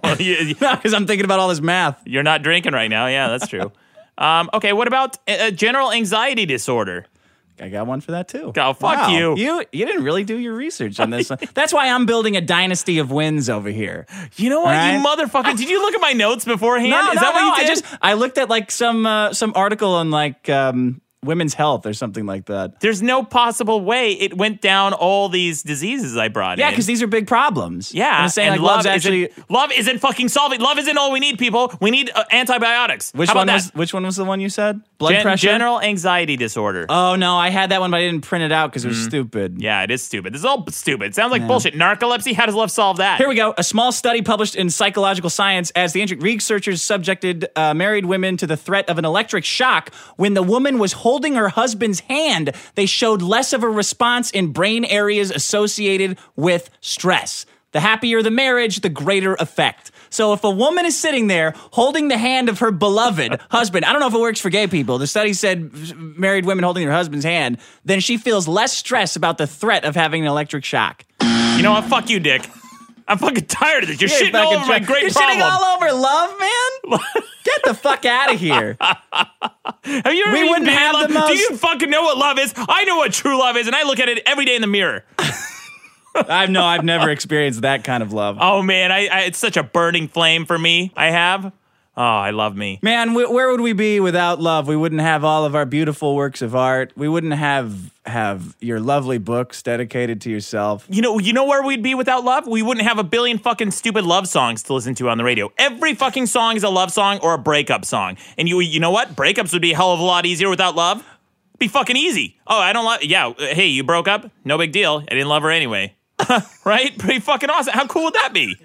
S2: Well, you,
S1: because I'm thinking about all this math.
S2: you're not drinking right now. Yeah, that's true. um, okay, what about uh, general anxiety disorder?
S1: I got one for that too.
S2: Oh, fuck you.
S1: You you didn't really do your research on *laughs* this one. That's why I'm building a dynasty of wins over here.
S2: You know what, you
S1: Right.
S2: motherfucker? Did you look at my notes beforehand?
S1: No,
S2: Is
S1: no,
S2: that what
S1: no,
S2: you did?
S1: I just I looked at like some uh, some article on like um, women's health or something like that.
S2: There's no possible way it went down all these diseases I brought
S1: Yeah,
S2: in.
S1: because these are big problems.
S2: yeah,
S1: I'm saying
S2: and
S1: like love's
S2: love
S1: actually.
S2: isn't, love isn't fucking solving. Love isn't all we need, people. We need uh, antibiotics.
S1: Which
S2: How about
S1: one
S2: that?
S1: was which one was the one you said? Blood
S2: Gen-
S1: pressure.
S2: General anxiety disorder.
S1: oh no, I had that one, but I didn't print it out because it was stupid.
S2: yeah, it is stupid. This is all stupid. Sounds like bullshit. Narcolepsy. How does love solve that?
S1: Here we go. A small study published in Psychological Science as the intric- researchers subjected uh, married women to the threat of an electric shock when the woman was holding her husband's hand. They showed less of a response in brain areas associated with stress. The happier the marriage, the greater effect. So if a woman is sitting there holding the hand of her beloved husband, I don't know if it works for gay people. The study said f- married women holding their husband's hand, then she feels less stress about the threat of having an electric shock.
S2: You know what? Fuck you, Dick. I'm fucking tired of this. You're
S1: Yeah,
S2: shitting all
S1: fucking
S2: over my
S1: try-
S2: great
S1: You're
S2: problem.
S1: shitting all over love, *laughs* man. Get the fuck out of *laughs* here.
S2: have you ever
S1: We
S2: even
S1: wouldn't
S2: been in
S1: have
S2: love?
S1: the
S2: Do
S1: most-
S2: you fucking know what love is? I know what true love is, and I look at it every day in the mirror.
S1: I've no, I've never experienced that kind of love.
S2: Oh man, I, I it's such a burning flame for me. I have. Oh, I love me.
S1: Man, wh- where would we be without love? We wouldn't have all of our beautiful works of art. We wouldn't have have your lovely books dedicated to yourself.
S2: You know, you know where we'd be without love? We wouldn't have a billion fucking stupid love songs to listen to on the radio. Every fucking song is a love song or a breakup song. And you, you know what? Breakups would be a hell of a lot easier without love. Be fucking easy. Oh, I don't love. Yeah, uh, hey, you *laughs* broke up. No big deal. I didn't love her anyway. right? Pretty fucking awesome. How cool would that be?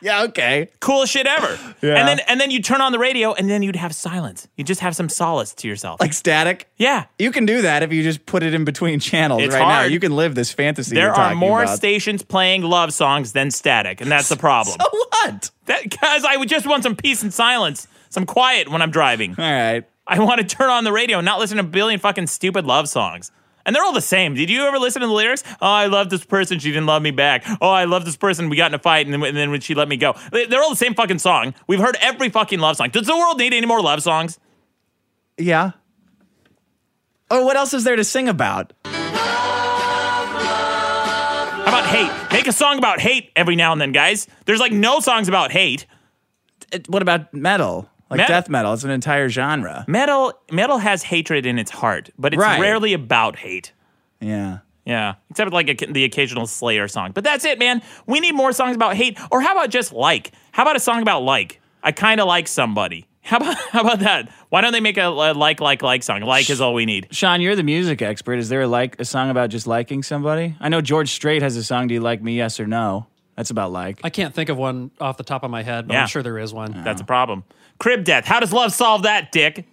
S1: yeah, okay.
S2: Coolest shit ever.
S1: Yeah.
S2: And then and then you turn on the radio and then you'd have silence. You just have some solace to yourself.
S1: Like static.
S2: yeah.
S1: You can do that if you just put it in between *laughs* channels
S2: It's
S1: right
S2: hard.
S1: now. You can live this fantasy.
S2: There
S1: you're
S2: are
S1: talking *laughs*
S2: more
S1: about.
S2: stations playing love songs than static, and that's the problem.
S1: So Oh, what?
S2: *laughs* Because I would just want some peace and silence, some quiet when I'm driving.
S1: All right.
S2: I want to turn on the radio and not listen to a billion fucking stupid love songs. And they're all the same. Did you ever listen to the lyrics? Oh, I love this person. She didn't love me back. Oh, I love this person. We got in a fight, and then, and then when she let me go, They- they're all the same fucking song. We've heard every fucking love song. Does the world need any more love songs?
S1: Yeah. Oh, what else is there to sing about?
S2: How about hate? Make a song about hate every now and then, guys. There's like no songs about hate.
S1: It- what about metal? Like
S2: Metal.
S1: death metal, it's an entire genre.
S2: Metal metal has hatred in its heart, but it's
S1: Right.
S2: rarely about hate.
S1: Yeah.
S2: Yeah, except like a, the occasional Slayer song. But that's it, man. We need more songs about hate, or how about just like? How about a song about like? I kind of like somebody. *laughs* How about how about that? Why don't they make a, a like like like song? Like is all we need.
S1: Sean, you're the music expert. Is there like a song about just liking somebody? I know George Strait has a song, Do You Like Me? Yes or No? That's about like.
S3: I can't think of one off the top of my head, but
S2: Yeah.
S3: I'm sure there is one.
S2: That's a problem. Crib death. How does love solve that, Dick?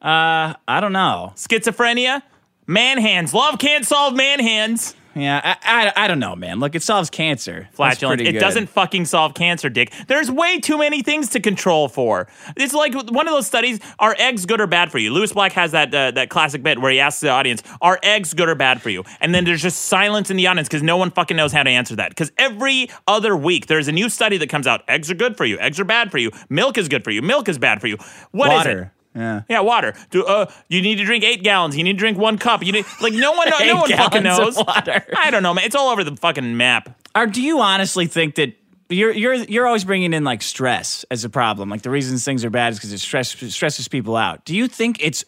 S1: I don't know.
S2: Schizophrenia. Man hands. Love can't solve man hands.
S1: Yeah, I, I, I don't know, man. Look, it solves cancer. That's
S2: flatulence.
S1: pretty
S2: It
S1: good.
S2: doesn't fucking solve cancer, Dick. There's way too many things to control for. It's like one of those studies: are eggs good or bad for you? Lewis Black has that uh, that classic bit where he asks the audience, "Are eggs good or bad for you?" And then there's just silence in the audience because no one fucking knows how to answer that. Because every other week there's a new study that comes out: eggs are good for you, eggs are bad for you, milk is good for you, milk is bad for you. What is it?
S1: Water. Yeah.
S2: Yeah, water. Do, uh, you need to drink eight gallons. You need to drink one cup. You need like
S1: *laughs*
S2: no one,
S1: Eight
S2: no one fucking
S1: gallons
S2: knows.
S1: of water.
S2: I don't know, man. It's all over the fucking map.
S1: Or do you honestly think that you're you're you're always bringing in like stress as a problem? Like the reasons things are bad is because it stress stresses people out. Do you think it's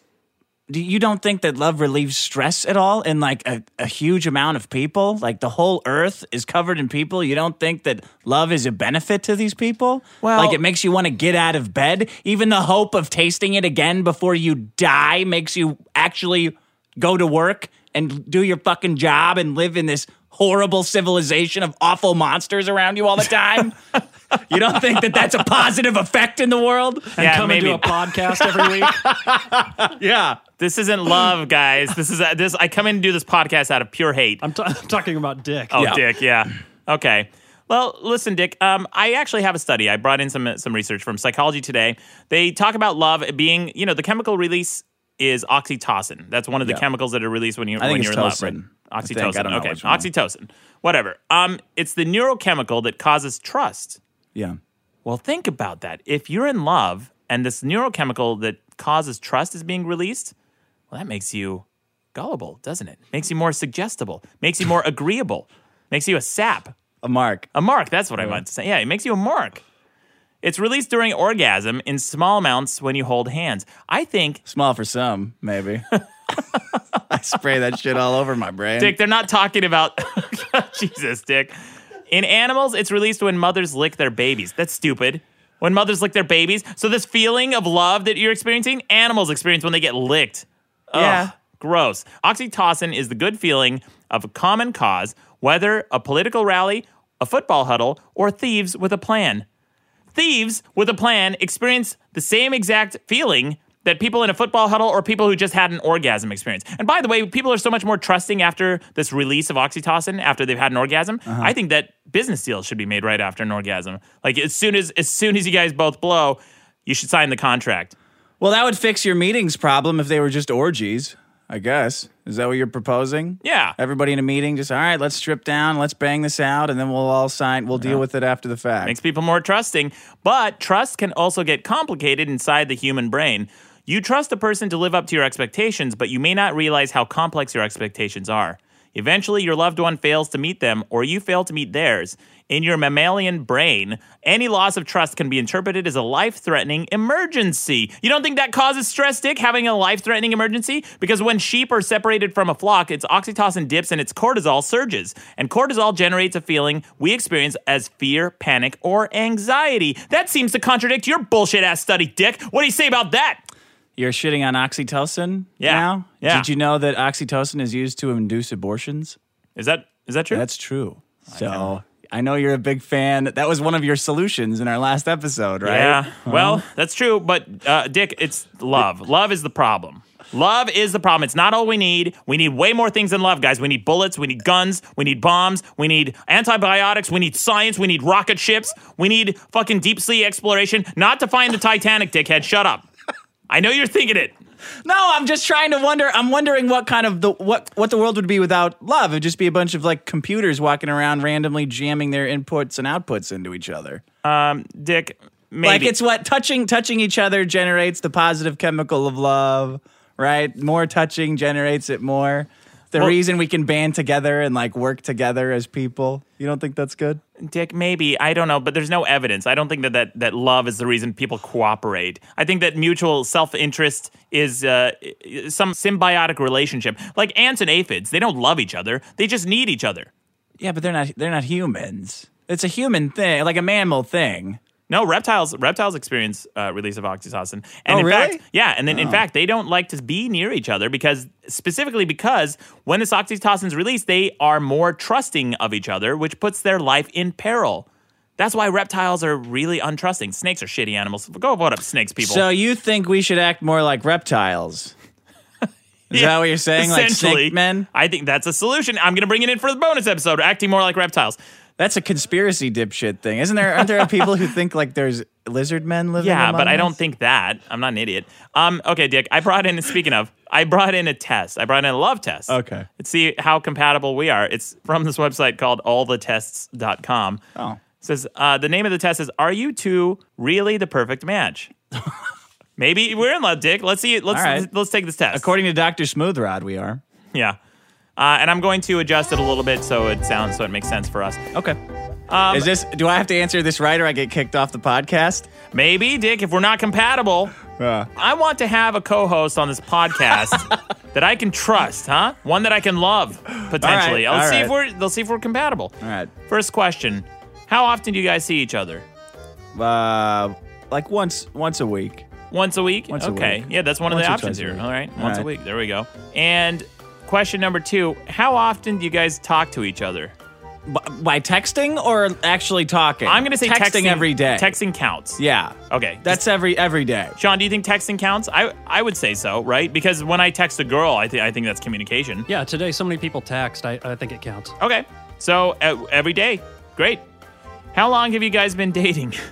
S1: do you don't think that love relieves stress at all in like a, a huge amount of people? Like the whole earth is covered in people. You don't think that love is a benefit to these people?
S2: Well-
S1: like it makes you want to get out of bed. Even the hope of tasting it again before you die makes you actually go to work and do your fucking job and live in this horrible civilization of awful monsters around you all the
S3: *laughs*
S1: time. you don't think that that's a positive effect in the world?
S3: And
S2: Yeah,
S3: come
S2: maybe.
S3: and do a podcast
S2: *laughs*
S3: every week.
S1: Yeah.
S2: This isn't love, guys. This is this. I come in and do this podcast out of pure hate.
S3: I'm, t- *laughs* I'm talking about Dick.
S2: oh,
S1: yeah.
S2: Dick. Yeah. Okay. Well, listen, Dick. Um, I actually have a study. I brought in some some research from Psychology Today. They talk about love being, you know, the chemical release is oxytocin. That's one of the
S1: Yeah.
S2: chemicals that are released when you
S1: think
S2: when
S1: it's
S2: you're in love. Right?
S1: tocin. I think. I
S2: Oxytocin.
S1: don't know
S2: okay.
S1: which one.
S2: Oxytocin. Whatever. Um, it's the neurochemical that causes trust.
S1: Yeah.
S2: Well, think about that. If you're in love and this neurochemical that causes trust is being released, well, that makes you gullible, doesn't it? Makes you more suggestible, makes
S1: *laughs*
S2: you more agreeable, makes you a sap,
S1: A mark.
S2: a mark. That's what I meant to say. Yeah, it makes you a mark. It's released during orgasm in small amounts when you hold hands. I think,
S1: Small for some, maybe. I spray that shit all over my brain.
S2: Dick, they're not talking about *laughs* Jesus, Dick. In animals, it's released when mothers lick their babies. That's stupid. When mothers lick their babies. So, this feeling of love that you're experiencing, animals experience when they get licked. Ugh,
S1: Yeah.
S2: Gross. Oxytocin is the good feeling of a common cause, whether a political rally, a football huddle, or thieves with a plan. Thieves with a plan experience the same exact feeling that people in a football huddle or people who just had an orgasm experience. And by the way, people are so much more trusting after this release of oxytocin after they've had an orgasm. I think that business deals should be made right after an orgasm. Like as soon as as soon as you guys both blow, you should sign the contract.
S1: Well, that would fix your meetings problem if they were just orgies, I guess. Is that what you're proposing?
S2: Yeah.
S1: Everybody in a meeting, just all right, let's strip down, let's bang this out, and then we'll all sign, we'll deal with it after the fact.
S2: makes people more trusting. But trust can also get complicated inside the human brain. You trust a person to live up to your expectations, but you may not realize how complex your expectations are. Eventually, your loved one fails to meet them, or you fail to meet theirs. In your mammalian brain, any loss of trust can be interpreted as a life threatening emergency. You don't think that causes stress, Dick, having a life threatening emergency? Because when sheep are separated from a flock, its oxytocin dips and its cortisol surges. And cortisol generates a feeling we experience as fear, panic, or anxiety. That seems to contradict your bullshit ass study, Dick. What do you say about that?
S1: You're shitting on oxytocin
S2: Yeah.
S1: now?
S2: Yeah.
S1: Did you know that oxytocin is used to induce abortions?
S2: Is that is that true?
S1: That's true. So I know you're a big fan. That was one of your solutions in our last episode, right? Uh-huh.
S2: Yeah. Well, that's true. But uh, Dick, it's love. Love is the problem. Love is the problem. It's not all we need. We need way more things than love, guys. We need bullets. We need guns. We need bombs. We need antibiotics. We need science. We need rocket ships. We need fucking deep sea exploration. Not to find the Titanic, dickhead. Shut up. I know you're thinking it.
S1: No, I'm just trying to wonder. I'm wondering what kind of the what what the world would be without love. It'd just be a bunch of like computers walking around randomly jamming their inputs and outputs into each other.
S2: Dick, maybe.
S1: Like it's what touching touching each other generates the positive chemical of love, right? More touching generates it more. The
S2: Well-
S1: reason we can band together and like work together as people. You don't think that's good?
S2: Dick, maybe I don't know, but there's no evidence. I don't think that that, that love is the reason people cooperate. I think that mutual self interest is uh, i- i- some symbiotic relationship, like ants and aphids. They don't love each other; they just need each other.
S1: Yeah, but they're not they're not humans. It's a human thing, like a mammal thing.
S2: No, reptiles reptiles experience uh, release of oxytocin. And
S1: Oh,
S2: in
S1: really? Oh.
S2: fact, yeah, and then in fact, they don't like to be near each other because specifically because when this oxytocin is released, they are more trusting of each other, which puts their life in peril. That's why reptiles are really untrusting. Snakes are shitty animals. Go vote up snakes, people.
S1: So you think we should act more like
S2: *laughs*
S1: reptiles? Is that what you're saying? Like
S2: Essentially,
S1: snake men?
S2: I think that's a solution. I'm going to bring it in for the bonus episode, acting more like reptiles.
S1: That's a conspiracy dipshit thing, isn't there?
S2: *laughs*
S1: Aren't there people who think like there's lizard men living?
S2: Yeah,
S1: among
S2: but I
S1: us?
S2: don't think that. I'm not an idiot. Um, okay, Dick. I brought in. Speaking of, I brought in a test. I brought in a love test.
S1: Okay.
S2: Let's see how compatible we are. It's from this website called allthetests.com.
S1: Oh.
S2: It says uh, the name of the test is "Are you two really the
S1: *laughs*
S2: perfect match?" Maybe we're in love, Dick. Let's see. Let's
S1: All right.
S2: let's take this test.
S1: According to Doctor Smoothrod, we are.
S2: yeah. Uh, and I'm going to adjust it a little bit so it sounds so it makes sense for us.
S1: Okay.
S2: Um,
S1: Is this? Do I have to answer this right, or I get kicked off the podcast?
S2: Maybe, Dick, if we're not compatible, I want to have a co host on
S1: *laughs*
S2: this podcast that I can trust, huh? One that I can love, potentially.
S1: All right,
S2: I'll
S1: all
S2: see if
S1: right.
S2: we're they'll see if we're compatible.
S1: All right.
S2: First question. How often do you guys see each other?
S1: Uh, like once once a week.
S2: Once a week?
S1: Once a
S2: okay.
S1: week.
S2: Yeah, that's one of
S1: Once
S2: the
S1: or
S2: options
S1: twice a
S2: here.
S1: week.
S2: All right.
S1: All
S2: Once a
S1: right.
S2: week. There we go. And question number two, how often do you guys talk to each other?
S1: B- by texting or actually talking?
S2: I'm gonna say texting, Oh.
S1: every day.
S2: Texting counts.
S1: Yeah.
S2: Okay.
S1: That's every every day.
S2: Sean, do you think texting counts? I I would say so, right? Because when I text a girl, I think I think that's communication.
S3: Yeah, today so many people text. I, I think it counts.
S2: Okay. So uh, every day. Great. How long have you guys been dating? *laughs*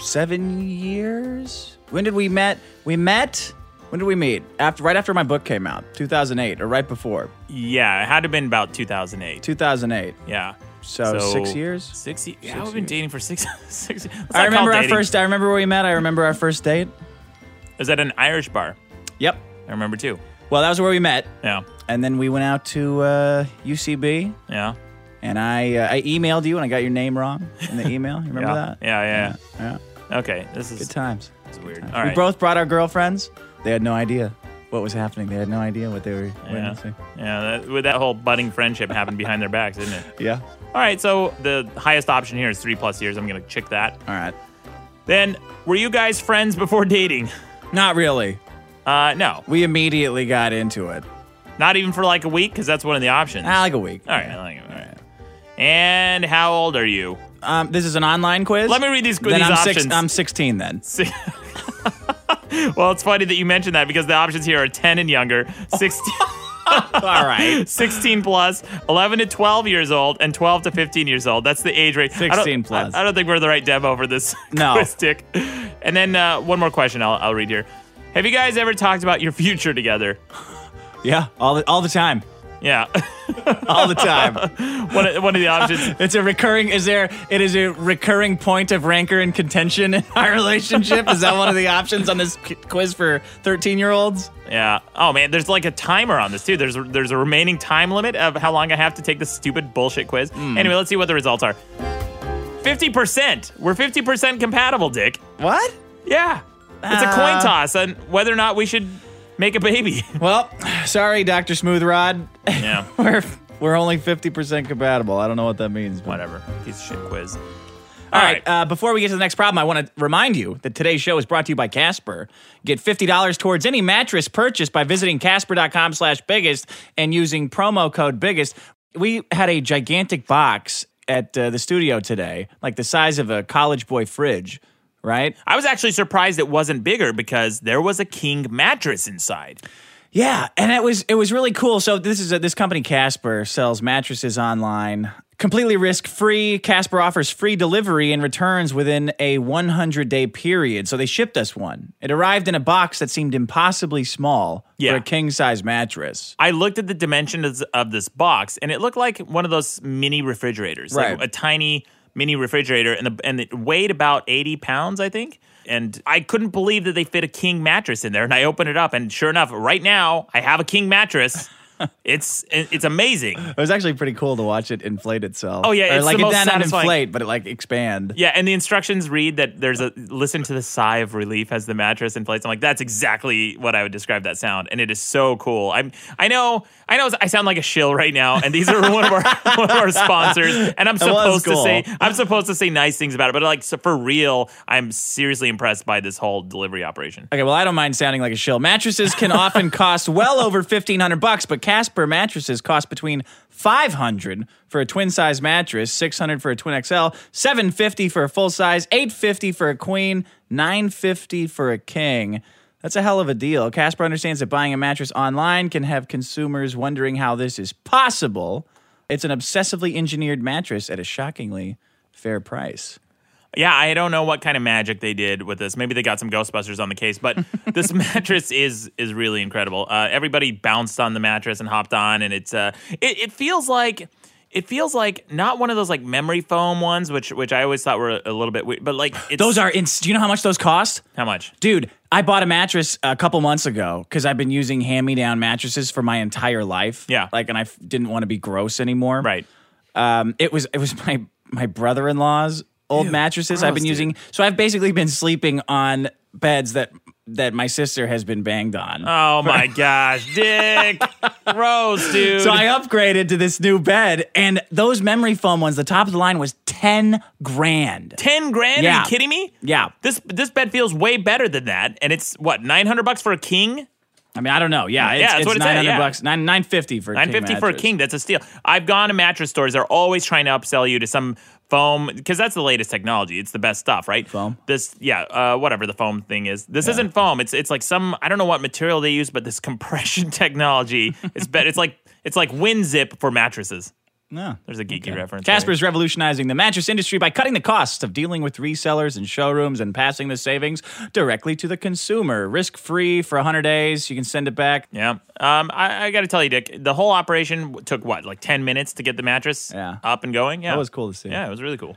S1: Seven years. When did we met? We met. When did we meet? After right after my book came out, 2008, or right before
S2: yeah, it had to have been about 2008.
S1: 2008.
S2: Yeah.
S1: So, six years?
S2: Six years. Yeah, we've been dating for six. *laughs* six years.
S1: I remember our first. I remember where we met. I remember our first date.
S2: It was at an Irish bar.
S1: Yep.
S2: I remember too.
S1: Well, that was where we met,
S2: Yeah.
S1: and then we went out to uh, UCB,
S2: Yeah.
S1: and I uh, I emailed you, and I got your name wrong in
S2: *laughs*
S1: the email. You remember
S2: yeah.
S1: that?
S2: Yeah, yeah.
S1: Yeah.
S2: yeah. Okay. This is,
S1: Good times.
S2: this is weird. All right.
S1: We both brought our girlfriends. They had no idea what was happening. They had no idea what they were
S2: yeah.
S1: witnessing.
S2: Yeah. That, with that whole budding friendship happened behind their
S1: *laughs*
S2: backs, didn't it?
S1: Yeah.
S2: All right. So the highest option here is three plus years. I'm gonna check that.
S1: All right.
S2: Then, were you guys friends before dating?
S1: Not really.
S2: Uh, no.
S1: We immediately got into it.
S2: Not even for like a week, because that's one of the options.
S1: Ah, like a week.
S2: all right, I like it, all right. And how old are you?
S1: Um, this is an online quiz.
S2: Let me read these,
S1: Then
S2: these
S1: I'm
S2: options.
S1: Six, I'm 16
S2: *laughs*
S1: then.
S2: well, it's funny that you mentioned that because the options here are 10 and younger,
S1: Oh.
S2: *laughs* 16,
S1: All right.
S2: 16 plus, 11 to 12 years old, and 12 to 15 years old. That's the age range. I don't-
S1: 16 plus.
S2: I, I don't think we're the right demo for this *laughs*
S1: No.
S2: quiz, Dick. And then uh, one more question I'll, I'll read here. Have you guys ever talked about your future together?
S1: Yeah. All the, all the time.
S2: Yeah. *laughs*
S1: All the time.
S2: one, of- one of the options.
S1: It's a recurring. Is there? It is a recurring point of rancor and contention in our relationship. Is that one of the options on this qu- quiz for thirteen-year-olds?
S2: Yeah. Oh man, there's like a timer on this too. There's there's a remaining time limit of how long I have to take this stupid bullshit quiz.
S1: Hmm.
S2: Anyway, let's see what the results are. Fifty percent. We're fifty percent compatible, Dick.
S1: What?
S2: Yeah. It's a coin
S1: Uh.
S2: toss on whether or not we should make
S1: *laughs*
S2: a baby.
S1: Well, *sighs* sorry, Doctor Smooth Rod.
S2: yeah.
S1: we're we're only fifty percent compatible. I don't know what that means. But.
S2: Whatever. Piece of shit quiz.
S1: All right. Uh, before we get to the next problem, I want to remind you that today's show is brought to you by Casper. Get $50 towards any mattress purchase by visiting casper.com slash biggest and using promo code biggest. We had a gigantic box at uh, the studio today, like the size of a college boy fridge, right?
S2: I was actually surprised it wasn't bigger because there was a king mattress inside.
S1: Yeah, and it was it was really cool. So this is a, this company Casper sells mattresses online, completely risk free. Casper offers free delivery and returns within a 100 day period. So they shipped us one. It arrived in a box that seemed impossibly small
S2: Yeah.
S1: for a king size mattress.
S2: I looked at the dimensions of this box, and it looked like one of those mini refrigerators, like
S1: Right.
S2: a tiny mini refrigerator, and the, and it weighed about eighty pounds, I think. And I couldn't believe that they fit a king mattress in there. And I opened it up, and sure enough, right now I have a king mattress. it's it's amazing.
S1: It was actually pretty cool to watch it inflate itself.
S2: Oh, yeah,
S1: or
S2: it's
S1: like it
S2: the most
S1: not- not
S2: satisfying-
S1: inflate, but it like expand.
S2: Yeah, and the instructions read that there's a listen to the sigh of relief as the mattress inflates. I'm like, that's exactly what I would describe that sound, and it is so cool. I'm, I know, I know, I sound like a shill right now, and these are *laughs* one of our one of our sponsors, and I'm
S1: was
S2: supposed to say
S1: cool.
S2: I'm supposed to say nice things about it, but like so for real, I'm seriously impressed by this whole delivery operation.
S1: Okay, well, I don't mind sounding like a shill. Mattresses can often cost well over fifteen hundred bucks, but Casper mattresses cost between five hundred for a twin size mattress, six hundred for a twin XL, seven fifty for a full size, eight fifty for a queen, nine fifty for a king. That's a hell of a deal. Casper understands that buying a mattress online can have consumers wondering how this is possible. It's an obsessively engineered mattress at a shockingly fair price.
S2: Yeah, I don't know what kind of magic they did with this. Maybe they got some Ghostbusters on the case,
S1: *laughs*
S2: but this mattress is is really incredible. Uh, everybody bounced on the mattress and hopped on, and it's uh, it, it feels like it feels like not one of those like memory foam ones, which which I always thought were a little bit weird, but like it's,
S1: Those are, ins- do you know how much those cost?
S2: how much?
S1: Dude, I bought a mattress a couple months ago because I've been using hand me down mattresses for my entire life.
S2: Yeah.
S1: Like, and I f- didn't want to be gross anymore.
S2: Right.
S1: Um, it was, it was my, my brother in law's old mattresses I've
S2: gross,
S1: been
S2: dude.
S1: using. So I've basically been sleeping on beds that, that my sister has been banged on. *laughs*
S2: Oh my gosh, Dick, gross, dude.
S1: so I upgraded to this new bed and those memory foam ones, the top of the line was 10 grand.
S2: Ten grand? Are
S1: Yeah.
S2: you kidding me?
S1: Yeah.
S2: This this bed feels way better than that, and it's what nine hundred bucks for a king.
S1: I mean, I don't know. Yeah. It's,
S2: that's
S1: it's
S2: what it said,
S1: 900
S2: yeah.
S1: bucks, nine, 950 for a
S2: Nine
S1: king
S2: fifty for a
S1: mattress.
S2: king. That's a steal. I've gone to mattress stores. They're always trying to upsell you to some foam because that's the latest technology. It's the best stuff, right?
S1: Foam?
S2: This, yeah, uh, whatever the foam thing is. This isn't foam. It's it's like some I don't know what material they use, but this *laughs* compression technology is better. It's like it's like WinZip for mattresses.
S1: No.
S2: There's a geeky reference. there.
S1: Casper's revolutionizing the mattress industry by cutting the costs of dealing with resellers and showrooms and passing the savings directly to the consumer. Risk free for 100 days. You can send it back.
S2: Yeah. Um. I, I got to tell you, Dick, the whole operation w- took what like ten minutes to get the mattress
S1: Yeah.
S2: up and going. Yeah,
S1: That was cool to see.
S2: Yeah, it was really cool.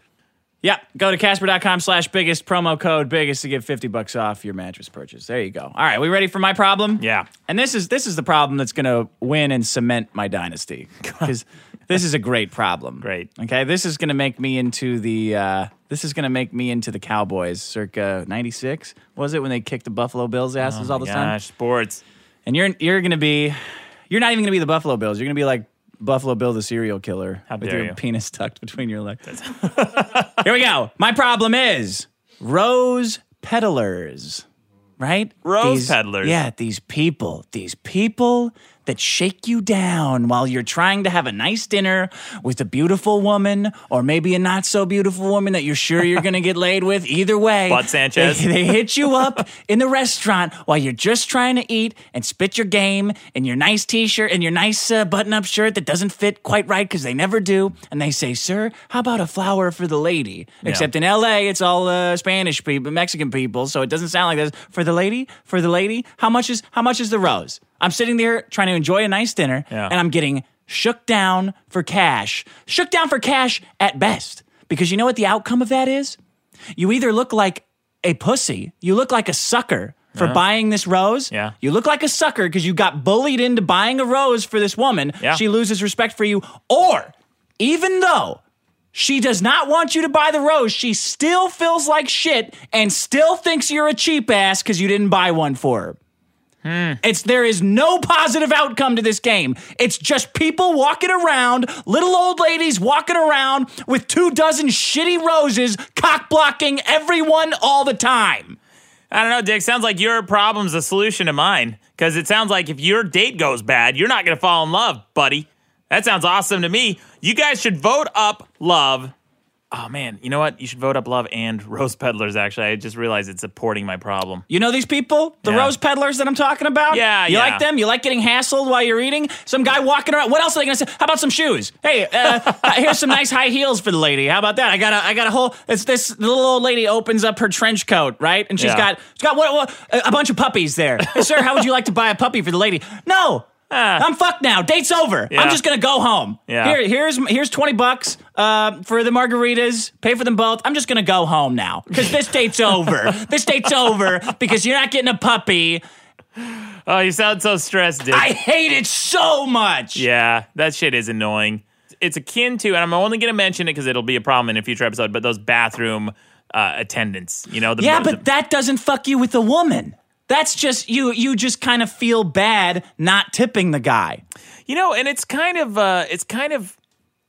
S1: Yeah, go to Casper.com slash biggest, promo code biggest to get 50 bucks off your mattress purchase. There you go. All right, we ready for my problem?
S2: Yeah.
S1: And this is this is the problem that's going to win and cement my
S2: *laughs*
S1: dynasty because this is a great problem.
S2: Great.
S1: Okay, this is going to make me into the uh, this is going to make me into the Cowboys circa '96. Was it when they kicked the Buffalo Bills' asses all the time?
S2: Oh Gosh, sports.
S1: And you're you're going to be you're not even going to be the Buffalo Bills. You're going to be like Buffalo Bill the serial killer
S2: How
S1: with
S2: dare
S1: your
S2: you.
S1: penis tucked between your legs. *laughs* Here we go. My problem is rose peddlers, right?
S2: Rose
S1: These-
S2: peddlers.
S1: Yeah, these people, these people that shake you down while you're trying to have a nice dinner with a beautiful woman or maybe a not so beautiful woman that you're sure you're going to get laid with. Either way,
S2: Bud Sanchez.
S1: *laughs* They, they hit you up in the restaurant while you're just trying to eat and spit your game in your nice t-shirt and your nice uh, button-up shirt that doesn't fit quite right because they never do. And they say, "Sir, how about a flower for the lady?" Except in L.A., it's all uh, Spanish people, Mexican people, so it doesn't sound like this. For the lady, for the lady, how much is how much is the rose? I'm sitting there trying to enjoy a nice dinner,
S2: Yeah.
S1: and I'm getting shook down for cash. Shook down for cash at best. Because you know what the outcome of that is? You either look like a pussy, you look like a sucker for buying this rose.
S2: Yeah.
S1: You look like a sucker because you got bullied into buying a rose for this woman.
S2: Yeah.
S1: She loses respect for you. Or even though she does not want you to buy the rose, she still feels like shit and still thinks you're a cheap ass because you didn't buy one for her. It's there is no positive outcome to this game. It's just people walking around, little old ladies walking around with two dozen shitty roses, cock blocking everyone all the time.
S2: I don't know, Dick. Sounds like your problem's the solution to mine. Because it sounds like if your date goes bad, you're not going to fall in love, buddy. That sounds awesome to me. You guys should vote up Love. Oh man, you know what? You should vote up Love and *laughs* Rose Peddlers. Actually, I just realized it's supporting my problem.
S1: You know these people, the
S2: Yeah.
S1: rose peddlers that I'm talking about.
S2: Yeah,
S1: you
S2: yeah.
S1: like them. You like getting hassled while you're eating. Some guy walking around. What else are they gonna say? How about some shoes? Hey, uh, *laughs* uh, here's some nice high heels for the lady. How about that? I got a, I got a whole. It's this little old lady opens up her trench coat, right? And she's
S2: Yeah.
S1: got, she's got what, what a a bunch of puppies
S2: *laughs*
S1: there. Hey, sir, how would you like to buy a puppy for the lady? No. I'm fucked now. Date's over.
S2: Ah. Yeah.
S1: I'm just gonna go home.
S2: Yeah.
S1: Here, here's here's twenty bucks uh, for the margaritas. Pay for them both. I'm just gonna go home now because this date's
S2: *laughs*
S1: over. This date's over because you're not getting a puppy.
S2: Oh, you sound so stressed, Dick.
S1: I hate it so much.
S2: *laughs* Yeah, that shit is annoying. It's akin to, and I'm only going to mention it because it'll be a problem in a future episode. But those bathroom uh, attendants, you know, the,
S1: Yeah,
S2: the-
S1: but that doesn't fuck you with a woman. That's just you. You just kind of feel bad not tipping the guy.
S2: you know, and it's kind of, uh, it's kind of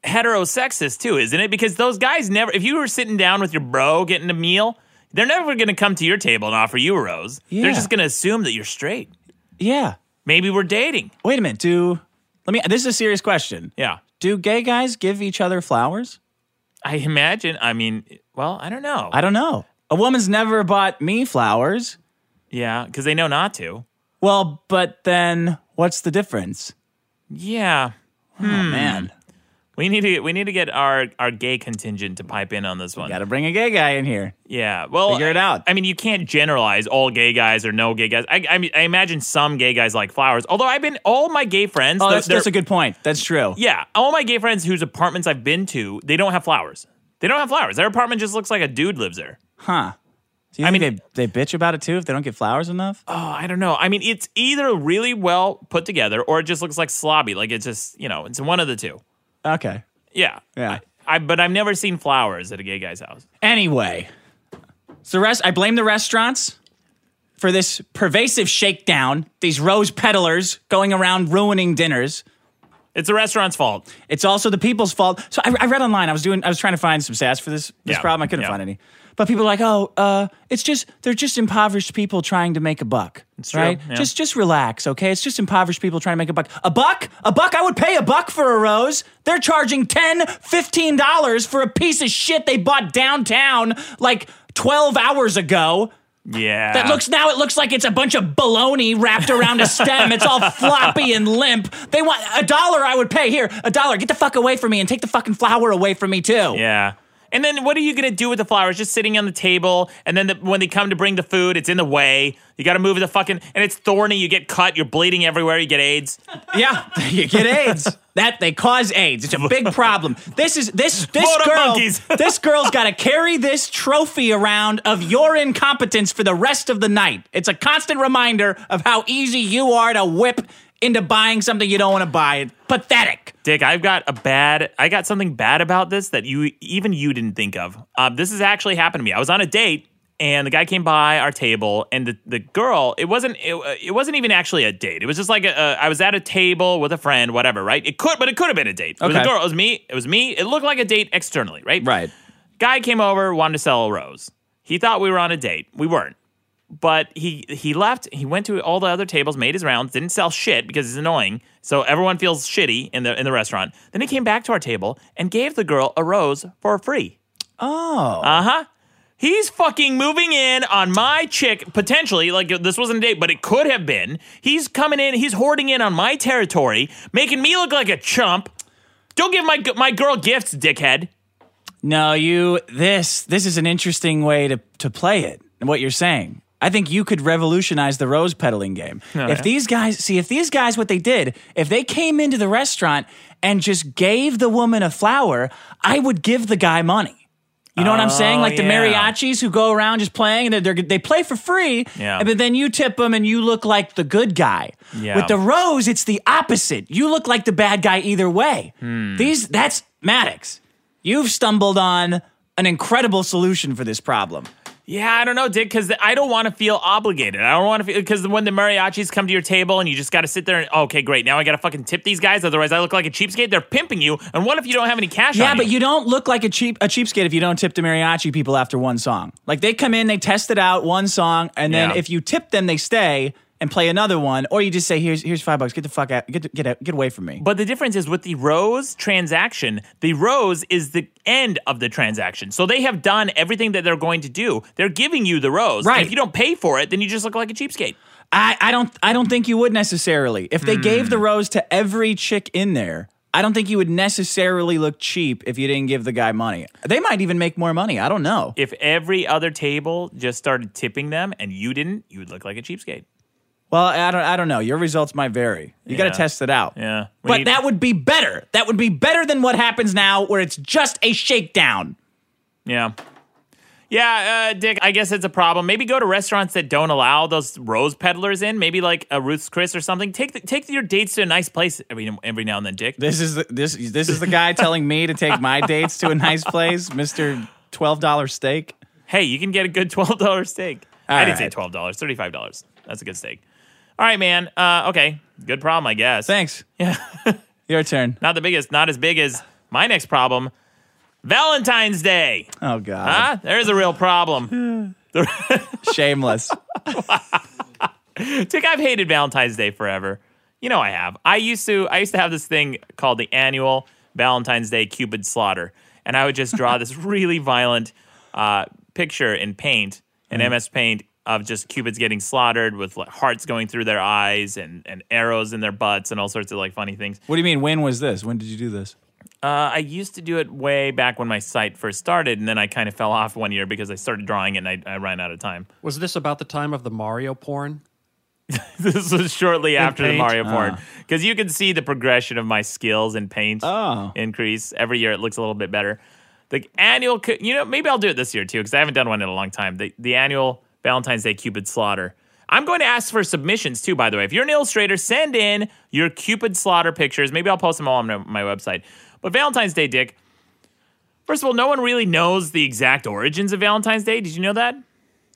S2: heterosexist too, isn't it? Because those guys never, if you were sitting down with your bro getting a meal, they're never going to come to your table and offer you a rose.
S1: Yeah.
S2: They're just going to assume that you're straight.
S1: Yeah.
S2: Maybe we're dating.
S1: Wait a minute. Do let me. This is a serious question.
S2: Yeah,
S1: Do gay guys give each other flowers?
S2: I imagine. I mean, well, I don't know.
S1: I don't know. A woman's never bought me flowers.
S2: yeah, because they know not to.
S1: Well, but then what's the difference?
S2: Yeah.
S1: Oh man,
S2: We need to we need to get our, our gay contingent to pipe in on this one.
S1: got to bring a gay guy in here.
S2: Yeah, well,
S1: Figure it out.
S2: I mean, you can't generalize all gay guys or no gay guys. I, I mean, I imagine some gay guys like flowers. Although I've been all my gay friends.
S1: Oh,
S2: they're-
S1: that's, that's
S2: they're-
S1: a good point. That's true.
S2: yeah, all my gay friends whose apartments I've been to, they don't have flowers. They don't have flowers. Their apartment just looks like a dude lives there.
S1: Huh. Do you
S2: I
S1: think
S2: mean-
S1: they, they bitch about it too if they don't get flowers enough?
S2: Oh, I don't know. I mean, it's either really well put together or it just looks like slobby. Like it's just you know, it's one of the two.
S1: Okay.
S2: Yeah,
S1: Yeah.
S2: I but I've never seen flowers at a gay guy's house.
S1: Anyway, so the rest I blame the restaurants for this pervasive shakedown. These rose peddlers going around ruining dinners.
S2: It's the restaurant's fault.
S1: It's also the people's fault. So I, I read online. I was doing. I was trying to find some sass for this this
S2: Yeah.
S1: problem. I couldn't
S2: Yeah.
S1: find any. But people are like, oh, uh, it's just they're just impoverished people trying to make a buck.
S2: true,
S1: right?
S2: yeah.
S1: Just just relax, okay? It's just impoverished people trying to make a buck. A buck? A buck? I would pay a buck for a rose. They're charging 10 15 dollars for a piece of shit they bought downtown like twelve hours ago.
S2: Yeah,
S1: That looks now it looks like it's a bunch of baloney wrapped around a stem. It's
S2: *laughs*
S1: all floppy and limp. They want a dollar I would pay here. A dollar. Get the fuck away from me and take the fucking flower away from me too.
S2: Yeah. And then what are you going to do with the flowers? Just sitting on the table. And then the, when they come to bring the food, it's in the way. You got to move the fucking, and it's thorny. You get cut. You're bleeding everywhere. You get AIDS.
S1: Yeah, *laughs* you get AIDS. That they cause AIDS. It's a big
S2: *laughs*
S1: problem. This is this this
S2: Vote 'em,
S1: girl.
S2: monkeys.
S1: *laughs* this girl's got to carry this trophy around of your incompetence for the rest of the night. It's a constant reminder of how easy you are to whip into buying something you don't want to buy. It's pathetic.
S2: Dick, I've got a bad, I got something bad about this that you, even you didn't think of. Uh, this has actually happened to me. I was on a date and the guy came by our table and the, the girl, it wasn't, it, it wasn't even actually a date. It was just like a, a, I was at a table with a friend, whatever, right? It could, but it could have been a date. It was a
S1: Okay.
S2: girl. It was me. It was me. It looked like a date externally, right?
S1: Right.
S2: Guy came over, wanted to sell a rose. He thought we were on a date. We weren't. But he he left. He went to all the other tables, made his rounds, didn't sell shit because he's annoying. So everyone feels shitty in the in the restaurant. Then he came back to our table and gave the girl a rose for free. Uh-huh.
S1: Oh.
S2: He's fucking moving in on my chick potentially. Like this wasn't a date, but it could have been. He's coming in. He's hoarding in on my territory, making me look like a chump. Don't give my g- my girl gifts, dickhead.
S1: No, you this this is an interesting way to to play it. and What you're saying. I think you could revolutionize the rose peddling game.
S2: Oh,
S1: if these guys see if these guys what they did, if they came into the restaurant and just gave the woman a flower, I would give the guy money. You know what I'm saying? Like the
S2: Oh, yeah.
S1: mariachis who go around just playing and they're, they're, they play for free,
S2: Yeah.
S1: and- but then you tip them and you look like the good guy.
S2: Yeah.
S1: With the rose, it's the opposite. You look like the bad guy either way.
S2: Hmm.
S1: These that's Maddox. You've stumbled on an incredible solution for this problem.
S2: Yeah, I don't know, Dick, because I don't want to feel obligated. I don't want to feel because when the mariachis come to your table and you just got to sit there and okay, great, now I got to fucking tip these guys, otherwise I look like a cheapskate. They're pimping you, and what if you don't have any cash?
S1: Yeah,
S2: on
S1: but you don't look like a cheap a cheapskate if you don't tip the mariachi people after one song. Like they come in, they test it out one song, and then
S2: Yeah.
S1: if you tip them, they stay. and play another one, or you just say, "Here's here's five bucks. Get the fuck out. Get the- get out, get away from me."
S2: But the difference is with the Rose transaction, the Rose is the end of the transaction. So they have done everything that they're going to do. They're giving you the Rose.
S1: Right.
S2: If you don't pay for it, then you just look like a cheapskate.
S1: I, I don't I don't think you would necessarily. If they gave the rose to every chick in there, I don't think you would necessarily look cheap if you didn't give the guy money. They might even make more money. I don't know.
S2: If every other table just started tipping them and you didn't, you would look like a cheapskate.
S1: Well, I don't I don't know. Your results might vary. You got
S2: Yeah.
S1: to test it out.
S2: Yeah. We
S1: But
S2: need-
S1: that would be better. That would be better than what happens now where it's just a shakedown.
S2: Yeah. Yeah, uh, Dick, I guess it's a problem. Maybe go to restaurants that don't allow those rose peddlers in. Maybe like a Ruth's Chris or something. Take the, take your dates to a nice place every, every now and then, Dick.
S1: This is the, this this is the *laughs* guy telling me to take my dates to a nice place, *laughs* Mr. $12 steak.
S2: Hey, you can get a good *laughs* twelve dollar steak.
S1: All
S2: I didn't say
S1: right.
S2: twelve dollars, thirty five dollars. That's a good steak. All right, man. Uh, okay, good problem, I guess.
S1: Thanks. Yeah. Your turn.
S2: Not the biggest, not as big as my next problem. Valentine's
S1: *laughs*
S2: Day.
S1: Oh god.
S2: Huh? There is a real problem.
S1: Ah. Shameless.
S2: Dick, I've hated Valentine's Day forever. You know I have. I used to I used to have this thing called the annual Valentine's Day Cupid slaughter. And I would just draw this really violent uh, picture in paint, in MS paint, of just Cupids getting slaughtered with like, hearts going through their eyes and, and arrows in their butts and all sorts of like funny things.
S1: What do you mean? When was this? When did you do this?
S2: Uh, I used to do it way back when my site first started, and then I kind of fell off one year because I started drawing it and I, I ran out of time.
S3: Was this about the time of the Mario porn?
S2: *laughs* this was shortly after the
S3: paint?
S2: Mario porn
S1: Ah.
S2: because you can see the progression of my skills in paint
S1: Oh.
S2: increase every year. It looks a little bit better. The annual, cu- you know, maybe I'll do it this year too because I haven't done one in a long time. The the annual Valentine's Day Cupid slaughter. I'm going to ask for submissions too. By the way, if you're an illustrator, send in your Cupid slaughter pictures. Maybe I'll post them all on my website. But Valentine's Day, Dick. First of all, no one really knows the exact origins of Valentine's Day. Did you know that?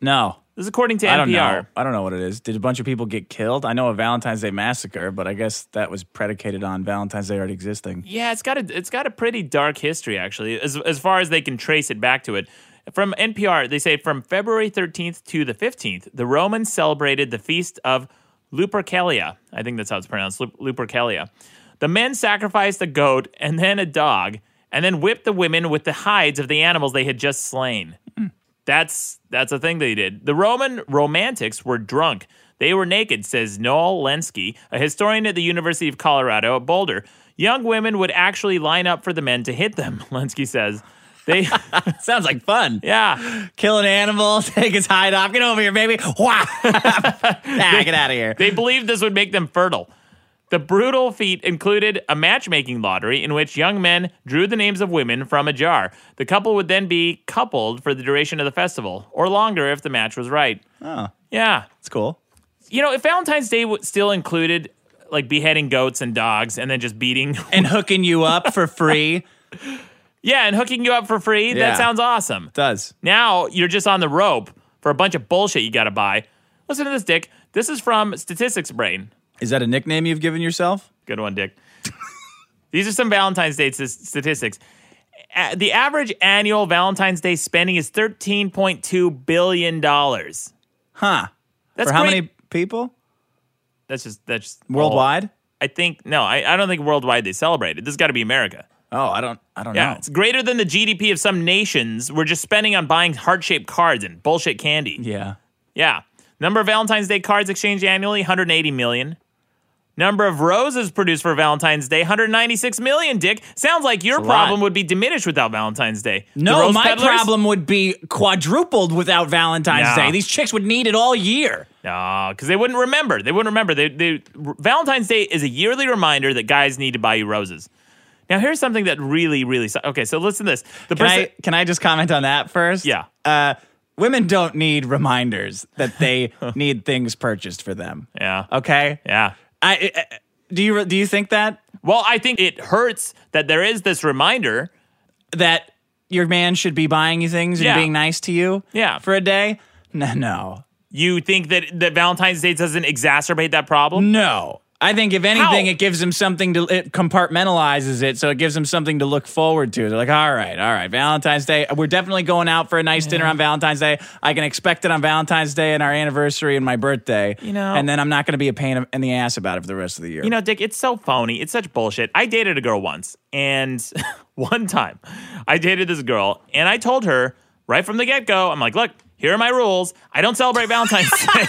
S1: No.
S2: This is according to NPR.
S1: I don't know. I don't know what it is. Did a bunch of people get killed? I know a Valentine's Day massacre, but I guess that was predicated on Valentine's Day already existing.
S2: Yeah, it's got a it's got a pretty dark history actually, as as far as they can trace it back to it. From NPR, they say from February 13th to the 15th, the Romans celebrated the feast of Lupercalia. I think that's how it's pronounced, Lup- Lupercalia. The men sacrificed a goat and then a dog, and then whipped the women with the hides of the animals they had just slain. That's that's a thing they did. The Roman romantics were drunk. They were naked, says Noel Lenski, a historian at the University of Colorado at Boulder. Young women would actually line up for the men to hit them, *laughs* Lenski says. They
S1: *laughs* Sounds like fun.
S2: yeah,
S1: Kill an animal, *laughs* take its hide off. Get over here, baby. Wah! *laughs* ah, get out of here.
S2: they believed this would make them fertile. The brutal feat included a matchmaking lottery in which young men drew the names of women from a jar. The couple would then be coupled for the duration of the festival, or longer if the match was right.
S1: Oh,
S2: Yeah,
S1: that's cool.
S2: you know, if Valentine's Day w- still included like beheading goats and dogs and then just beating, *laughs*
S1: And hooking you up for free
S2: yeah, and hooking you up for free,
S1: Yeah.
S2: that sounds awesome.
S1: does.
S2: Now you're just on the rope for a bunch of bullshit you got to buy. Listen to this, Dick. This is from Statistics Brain.
S1: Is that a nickname you've given yourself?
S2: Good one, Dick. *laughs* These are some Valentine's Day s- statistics. A- the average annual Valentine's Day spending is $13.2 billion. That's
S1: Huh. for how many people?
S2: That's just, that's just all-
S1: Worldwide?
S2: I think, no, I, I don't think worldwide they celebrate it. This has got to be America.
S1: Oh, I don't I don't
S2: Yeah,
S1: know.
S2: it's greater than the GDP of some nations. We're just spending on buying heart shaped cards and bullshit candy. Yeah.
S1: Yeah.
S2: Number of Valentine's Day cards exchanged annually 180 million. Number of roses produced for Valentine's Day 196 million, Dick. Sounds like your
S1: a lot.
S2: problem would be diminished without Valentine's Day. The
S1: No,
S2: rose
S1: my
S2: peddlers?
S1: problem would be quadrupled without Valentine's
S2: Nah.
S1: Day. These chicks would need it all year.
S2: No, because they wouldn't remember. They wouldn't remember. They, they, Valentine's Day is a yearly reminder that guys need to buy you roses. Now, here's something that really, really. su- Okay, so listen to this. The
S1: Can I can I just comment on that first?
S2: Yeah.
S1: Uh, women don't need reminders that
S2: *laughs*
S1: they need things purchased for them.
S2: Yeah.
S1: Okay.
S2: Yeah.
S1: I, I do you do you think that
S2: Well, I think it hurts that there is this reminder.
S1: that your man should be buying you things and
S2: Yeah.
S1: being nice to you?
S2: Yeah.
S1: For a day? No, no,
S2: You think that, that Valentine's Day doesn't exacerbate that problem?
S1: no. I think if anything,
S2: How?
S1: it gives them something to it compartmentalizes it, so it gives them something to look forward to. They're like, all right, all right, Valentine's Day. We're definitely going out for a nice dinner on Valentine's Day. I can expect it on Valentine's Day and our anniversary and my birthday.
S2: You know-
S1: and then I'm not going to be a pain in the ass about it for the rest of the year.
S2: You know, Dick, it's so phony. It's such bullshit. I dated a girl once, and *laughs* one time I dated this girl, and I told her right from the get go, I'm like, look, here are my rules. I don't celebrate
S1: *laughs*
S2: Valentine's Day.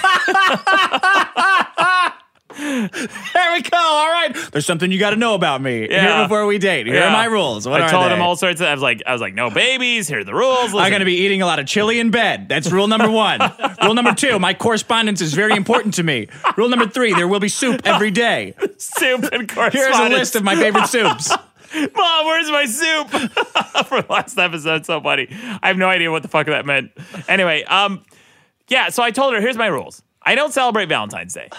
S1: *laughs* there we go. All right, there's something you got to know about me
S2: Yeah.
S1: here before we date. Here
S2: Yeah.
S1: are my rules. What
S2: I
S1: are
S2: told
S1: they?
S2: him all sorts of. I was like, I was like, no babies. Here are the rules.
S1: I'm going to be eating a lot of chili in bed. That's rule number
S2: *laughs*
S1: one. rule number two, my correspondence is very important to me. Rule number three, there will be soup every day.
S2: soup
S1: *laughs*
S2: and
S1: Here's
S2: correspondence.
S1: a list of my favorite soups.
S2: Mom, where's my soup? *laughs* For last episode, so funny. I have no idea what the fuck that meant. Anyway, um, yeah, so I told her, here's my rules. I don't celebrate Valentine's Day.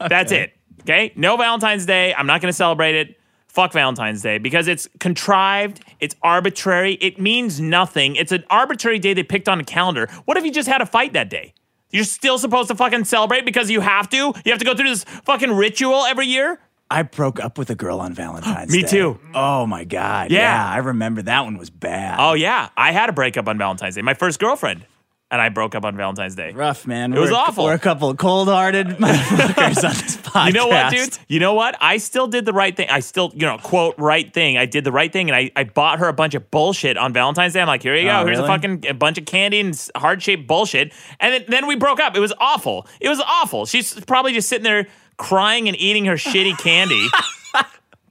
S2: That's it. Okay? No Valentine's Day. I'm not gonna celebrate it. Fuck Valentine's Day because it's contrived, it's arbitrary, it means nothing. It's an arbitrary day they picked on a calendar. What if you just had a fight that day? You're still supposed to fucking celebrate because you have to? You have to go through this fucking ritual every year?
S1: *laughs* I broke up with a girl on Valentine's
S2: *gasps* Me
S1: Day.
S2: too.
S1: Oh my God.
S2: Yeah.
S1: I remember that one was bad.
S2: Oh yeah, I had a breakup on Valentine's Day. My first girlfriend, and I broke up on Valentine's Day. *laughs*
S1: Rough, man. It
S2: was awful.
S1: We're a couple of cold
S2: *laughs*
S1: hearted motherfuckers on this podcast.
S2: You know what, dude? You know what? I still did the right thing. I still, you know, quote right thing. I did the right thing, and I, I bought her a bunch of bullshit on Valentine's Day. I'm like, here you go.
S1: Oh,
S2: Here's a
S1: really?
S2: fucking a bunch of candy and heart shaped bullshit. And then, then we broke up. It was awful. It was awful. She's probably just sitting there crying and eating her
S1: *laughs*
S2: shitty candy,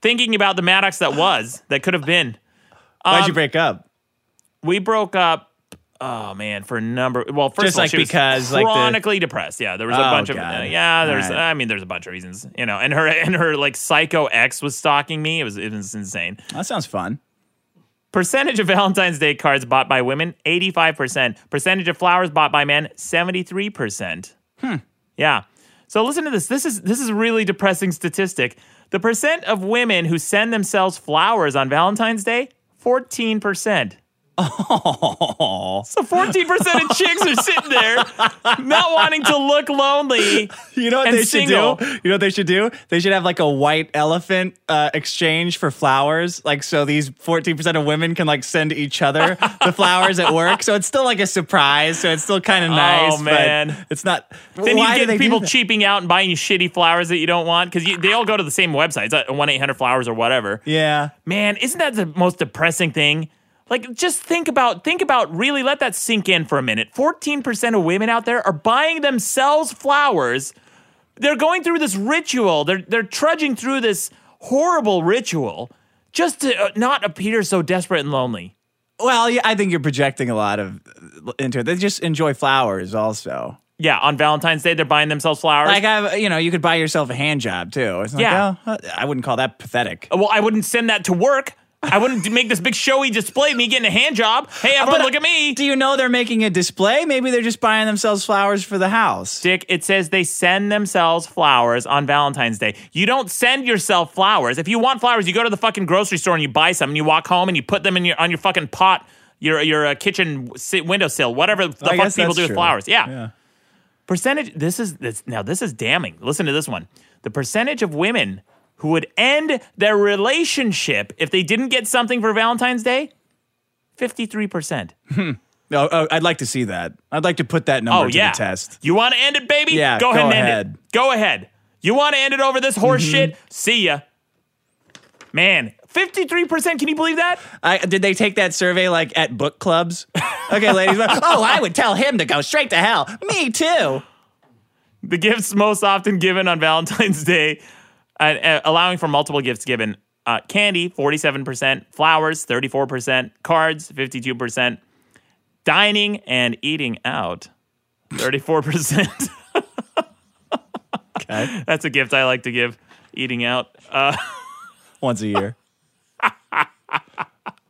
S2: thinking about the Maddox that was, that could have been.
S1: Why'd
S2: um,
S1: you break up?
S2: we broke up. Oh man, for a number. Well,
S1: Just
S2: first of all,
S1: like
S2: she was
S1: because, like, the-
S2: chronically depressed. Yeah, there was a
S1: Oh,
S2: bunch of uh,
S1: God.
S2: yeah. There's
S1: All right.
S2: I mean, there's a bunch of reasons, you know. And her and her like psycho ex was stalking me. It was it was insane.
S1: That sounds fun.
S2: Percentage of Valentine's Day cards bought by women, eighty five percent. Percentage of flowers bought by men, seventy three percent.
S1: Hmm.
S2: Yeah. So listen to this. This is this is a really depressing statistic. The percent of women who send themselves flowers on Valentine's Day, fourteen percent.
S1: Oh,
S2: So 14% of chicks are sitting there not wanting to look lonely.
S1: you know what
S2: And
S1: they
S2: single.
S1: should do? You know what they should do? They should have like a white elephant uh, exchange for flowers. Like, so these 14% of women can like send each other
S2: *laughs*
S1: the flowers at work. So it's still like a surprise. So it's still kind of nice. but
S2: Oh, man.
S1: it's not.
S2: Then
S1: Why do
S2: you
S1: they
S2: get
S1: do
S2: people
S1: that?
S2: cheaping out and buying you shitty flowers that you don't want because they all go to the same websites, uh, 1 800 flowers or whatever.
S1: Yeah.
S2: Man, isn't that the most depressing thing? Like, just think about, think about, really let that sink in for a minute. 14% of women out there are buying themselves flowers. They're going through this ritual, they're, they're trudging through this horrible ritual just to uh, not appear so desperate and lonely.
S1: Well, yeah, I think you're projecting a lot of uh, into it. They just enjoy flowers, also.
S2: Yeah, on Valentine's Day, they're buying themselves flowers.
S1: Like I, you know, you could buy yourself a hand job too. It's like,
S2: Yeah.
S1: oh, I wouldn't call that pathetic.
S2: well, I wouldn't send that to work. I wouldn't *laughs* make this big showy display of me getting a hand job. Hey,
S1: But-
S2: everyone,
S1: uh,
S2: look at me.
S1: Do you know they're making a display? Maybe they're just buying themselves flowers for the house.
S2: Dick, it says they send themselves flowers on Valentine's Day. You don't send yourself flowers. If you want flowers, you go to the fucking grocery store and you buy some and you walk home and you put them in your on your fucking pot, your your uh, kitchen si- windowsill, whatever the
S1: I
S2: fuck
S1: guess
S2: people
S1: that's
S2: do with
S1: true.
S2: flowers.
S1: Yeah.
S2: percentage this is this now this is damning listen to this one the percentage of women who would end their relationship if they didn't get something for valentine's day 53%
S1: No, oh, I'd like to see that. I'd like to put that number
S2: oh
S1: to
S2: yeah
S1: the test.
S2: you want to end it baby
S1: Yeah,
S2: go ahead
S1: go
S2: and end
S1: ahead. Mm-hmm.
S2: it go ahead you want to end it over this horse shit see ya man 53% can you believe that
S1: I, did they take that survey like at book clubs? Okay, ladies. *laughs* oh, I would tell him to go straight to hell. Me too.
S2: the gifts most often given on Valentine's *laughs* Day, uh, uh, allowing for multiple gifts given. Uh, candy, 47%, flowers, 34%, cards, 52%, dining and eating out, 34%.
S1: Okay,
S2: *laughs* That's a gift I like to give, eating out. Uh,
S1: once a year.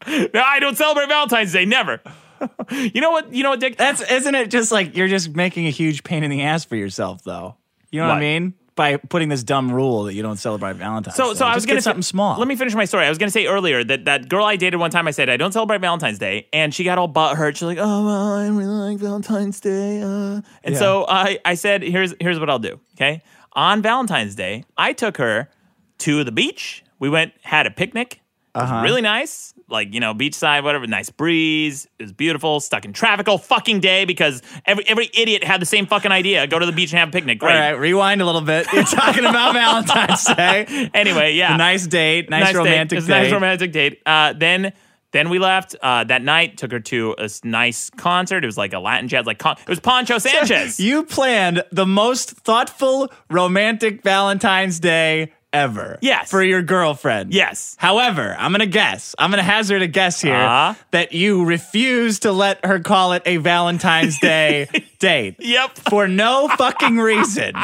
S2: no, I don't celebrate Valentine's Day, never. *laughs* you know what, you know what, Dick?
S1: That's isn't it just like you're just making a huge pain in the ass for yourself though. You know what,
S2: What?
S1: I mean? By putting this dumb rule that you don't celebrate Valentine's.
S2: So,
S1: Day.
S2: so I
S1: Just
S2: was
S1: get
S2: gonna fi-
S1: something small.
S2: Let me finish my story. I was gonna say earlier that that girl I dated one time, I said I don't celebrate Valentine's Day, and she got all butt hurt. She's like, "Oh, well, I really like Valentine's Day," uh. and so I, I said, "Here's here's what I'll do. Okay, on Valentine's Day, I took her to the beach. We went, had a picnic. It was
S1: Uh-huh.
S2: really nice. Like, you know, beachside, whatever, nice breeze. It was beautiful. Stuck in traffic all fucking day because every every idiot had the same fucking idea. Go to the beach and have a picnic. Great.
S1: All right, rewind a little bit. You're talking about
S2: *laughs*
S1: Valentine's Day.
S2: Anyway, yeah.
S1: Nice date, nice,
S2: date.
S1: romantic
S2: It was
S1: date.
S2: a Nice romantic date. Uh, then then we left uh, that night. Took her to a s- nice concert. It was like a Latin jazz, like con- it was
S1: *laughs*
S2: Pancho Sanchez.
S1: You planned the most thoughtful romantic Valentine's Day ever.
S2: Yes.
S1: For your girlfriend.
S2: Yes.
S1: However, I'm going to guess, I'm going to hazard a guess here
S2: Uh-huh.
S1: that you refused to let her call it a Valentine's
S2: *laughs*
S1: Day date.
S2: Yep.
S1: For no fucking reason.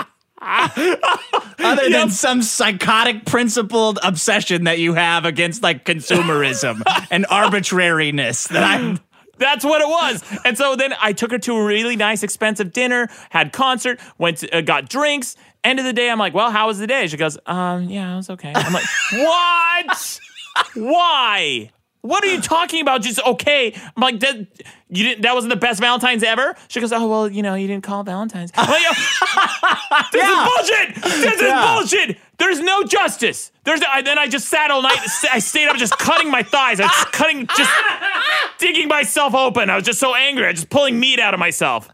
S1: Other than some psychotic principled obsession that you have against like consumerism and arbitrariness that I'm
S2: That's what it was. And so then I took her to a really nice, expensive dinner, had concert, went to, uh, got drinks. End of the day, I'm like, well, how was the day? She goes, um, yeah, it was okay. I'm like, *laughs* what? Why? What are you talking about? Just okay. I'm like, that you didn't. That wasn't the best Valentine's ever. She goes, oh well, you know, you didn't call Valentine's. I'm like, *laughs* "Oh, this is bullshit. This
S1: Yeah.
S2: is bullshit. There's no justice. There's. I, then I just sat all night. I stayed up, just cutting my thighs. I was cutting, just digging myself open. I was just so angry. I was just pulling meat out of myself.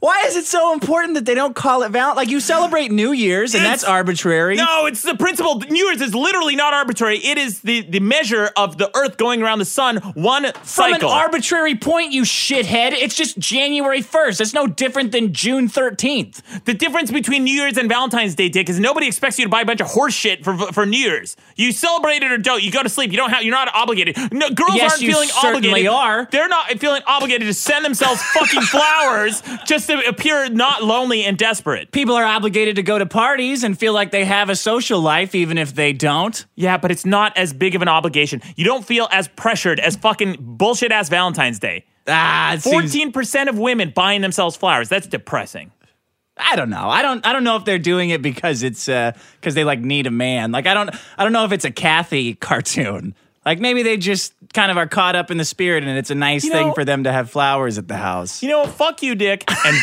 S1: Why is it so important that they don't call it Valentine? Like you celebrate New Year's, and
S2: It's-
S1: that's arbitrary.
S2: No, it's the principle. New Year's is literally not arbitrary. It is the, the measure of the Earth going around the sun one
S4: From
S2: cycle.
S4: an arbitrary point, you shithead. It's just January 1st. It's no different than June 13th.
S2: the difference between New Year's and Valentine's Day, Dick, is nobody expects you to buy a bunch of horse shit for for New Year's. You celebrate it or don't. You go to sleep. You don't have. You're not obligated. No, girls
S4: Yes,
S2: aren't
S4: you
S2: feeling
S4: certainly
S2: obligated.
S4: are.
S2: They're not feeling obligated to send themselves
S4: *laughs*
S2: fucking flowers just to appear not lonely and desperate.
S4: People are obligated to go to parties and feel like they have a social life, even if they don't.
S2: Yeah, but it's not as big of an obligation. You don't feel as pressured as fucking bullshit ass Valentine's Day.
S1: ah, it seems-
S2: Fourteen percent of women buying themselves flowers. That's depressing.
S1: I don't know. I don't. I don't know if they're doing it because it's because they like need a man. Like I don't. I don't know if it's a Kathy cartoon. Like maybe they just kind of are caught up in the spirit, and it's a nice
S2: You
S1: thing
S2: know-
S1: for them to have flowers at the house.
S2: You know, what? fuck you, Dick,
S1: *laughs*
S2: and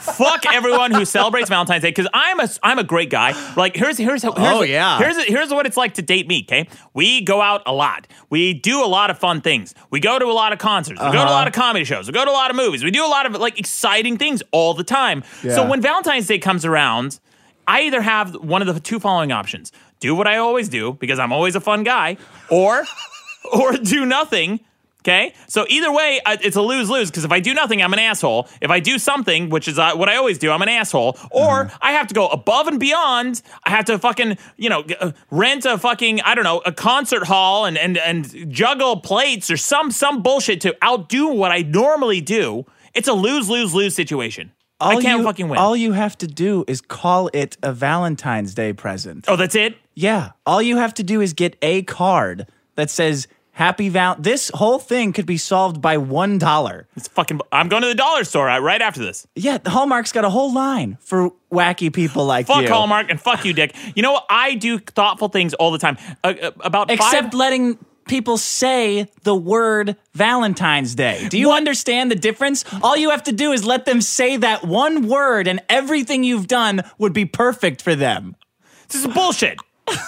S2: fuck everyone who celebrates Valentine's Day because I'm a I'm a great guy. Like here's here's, here's
S1: Oh, yeah.
S2: here's here's what it's like to date me. Okay, we go out a lot. We do a lot of fun things. We go to a lot of concerts. We
S1: Uh-huh.
S2: go to a lot of comedy shows. We go to a lot of movies. We do a lot of like exciting things all the time. So
S1: Yeah.
S2: when Valentine's Day comes around, I either have one of the two following options: do what I always do because I'm always a fun guy, or *laughs* or do nothing. Okay, so either way, I- it's a lose lose because if I do nothing, I'm an asshole. If I do something, which is uh, what I always do, I'm an asshole. Or
S1: Mm-hmm.
S2: I have to go above and beyond. I have to fucking you know g- uh, rent a fucking I don't know a concert hall and and and juggle plates or some some bullshit to outdo what I normally do. It's a lose lose lose situation. I can't
S1: you,
S2: fucking win.
S1: All you have to do is call it a Valentine's Day present.
S2: oh, that's it.
S1: Yeah. All you have to do is get a card that says Happy Val. This whole thing could be solved by one dollar.
S2: It's fucking. I'm going to the dollar store uh, right after this.
S1: Yeah, Hallmark's got a whole line for wacky people like
S2: Fuck
S1: you.
S2: Hallmark and fuck you, Dick. You know what? I do thoughtful things all the time. Uh, uh, about
S4: Except
S2: five,
S4: letting people say the word Valentine's Day. Do you understand the difference? All you have to do is let them say that one word, and everything you've done would be perfect for them.
S2: this is bullshit. this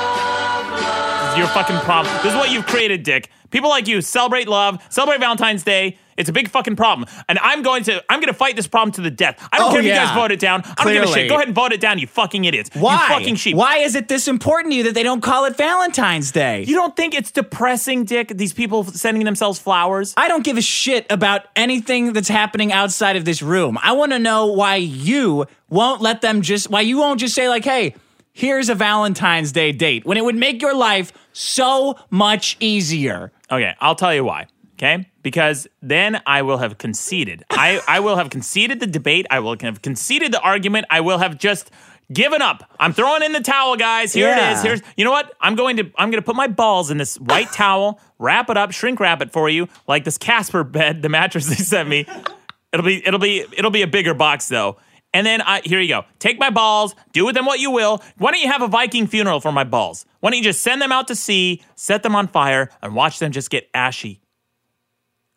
S2: is your fucking problem. This is what you've created, Dick. People like you celebrate love, celebrate Valentine's Day. It's a big fucking problem, and I'm going to I'm going to fight this problem to the death. I don't
S1: Oh,
S2: care if you
S1: yeah.
S2: guys vote it down. I don't give a
S1: Clearly.
S2: shit. Go ahead and vote it down, you fucking idiots.
S1: Why?
S2: You fucking sheep.
S1: Why is it this important to you that they don't call it Valentine's Day?
S2: You don't think it's depressing, Dick? These people sending themselves flowers.
S1: I don't give a shit about anything that's happening outside of this room. I want to know why you won't let them just why you won't just say like, "Hey, here's a Valentine's Day date." When it would make your life so much easier.
S2: Okay, I'll tell you why. Okay? Because then I will have conceded. I, I will have conceded the debate. I will have conceded the argument. I will have just given up. I'm throwing in the towel, guys. Here it is.
S1: Yeah.
S2: Here's you know what? I'm going to I'm gonna put my balls in this white towel, wrap it up, shrink wrap it for you, like this Casper bed, the mattress they sent me. It'll be it'll be it'll be a bigger box though. And then I here you go. Take my balls, do with them what you will. Why don't you have a Viking funeral for my balls? Why don't you just send them out to sea, set them on fire, and watch them just get ashy?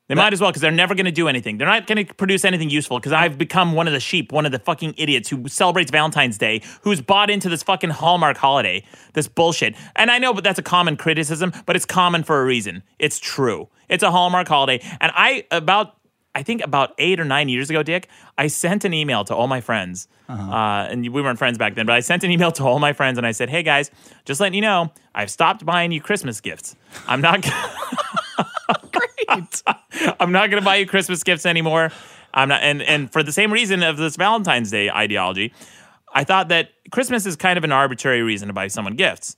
S2: They might as well because they're never going to do anything. They're not going to produce anything useful because I've become one of the sheep, one of the fucking idiots who celebrates Valentine's Day, who's bought into this fucking Hallmark holiday, this bullshit. And I know, but that's a common criticism, but it's common for a reason. It's true. It's a Hallmark holiday. And I, about, I think about eight or nine years ago, Dick, I sent an email to all my friends. Uh, and we weren't friends back then, but I sent an email to all my friends and I said, hey guys, just letting you know, I've stopped buying you Christmas gifts. I'm not *laughs* going I'm not going to buy you Christmas gifts anymore. I'm not, and and for the same reason of this Valentine's Day ideology, I thought that Christmas is kind of an arbitrary reason to buy someone gifts.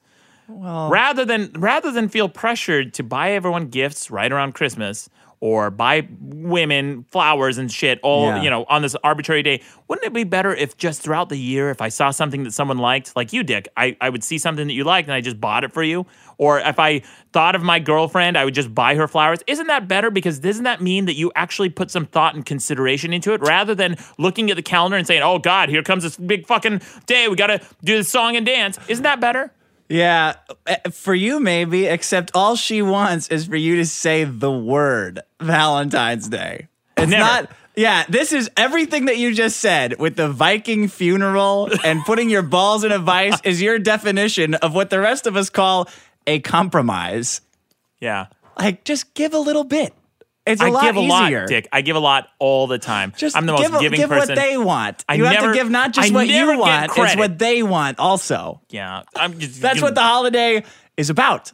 S2: Well, rather than rather than feel pressured to buy everyone gifts right around Christmas or buy women flowers and shit all
S1: Yeah.
S2: you know on this arbitrary day, wouldn't it be better if just throughout the year, if I saw something that someone liked, like you, Dick, I, I would see something that you liked and I just bought it for you? Or if I thought of my girlfriend, I would just buy her flowers. Isn't that better? Because doesn't that mean that you actually put some thought and consideration into it rather than looking at the calendar and saying, oh God, here comes this big fucking day. We got to do this song and dance. Isn't that better?
S1: Yeah, eh, for you maybe, except all she wants is for you to say the word Valentine's Day. It's
S2: Never.
S1: not Yeah, this is everything that you just said with the Viking funeral and putting your balls in a vice is your definition of what the rest of us call a compromise.
S2: Yeah.
S1: Like just give a little bit. It's a
S2: I
S1: lot
S2: give a
S1: easier.
S2: lot, Dick. I give a lot all the time.
S1: Just
S2: I'm the most
S1: give, a-
S2: giving
S1: give
S2: person.
S1: what they want.
S2: I
S1: you have to
S2: never-
S1: give not just
S2: I
S1: what
S2: never
S1: you
S2: get
S1: want, it's
S2: credit.
S1: what they want also.
S2: yeah. I'm just,
S1: That's what the holiday is about.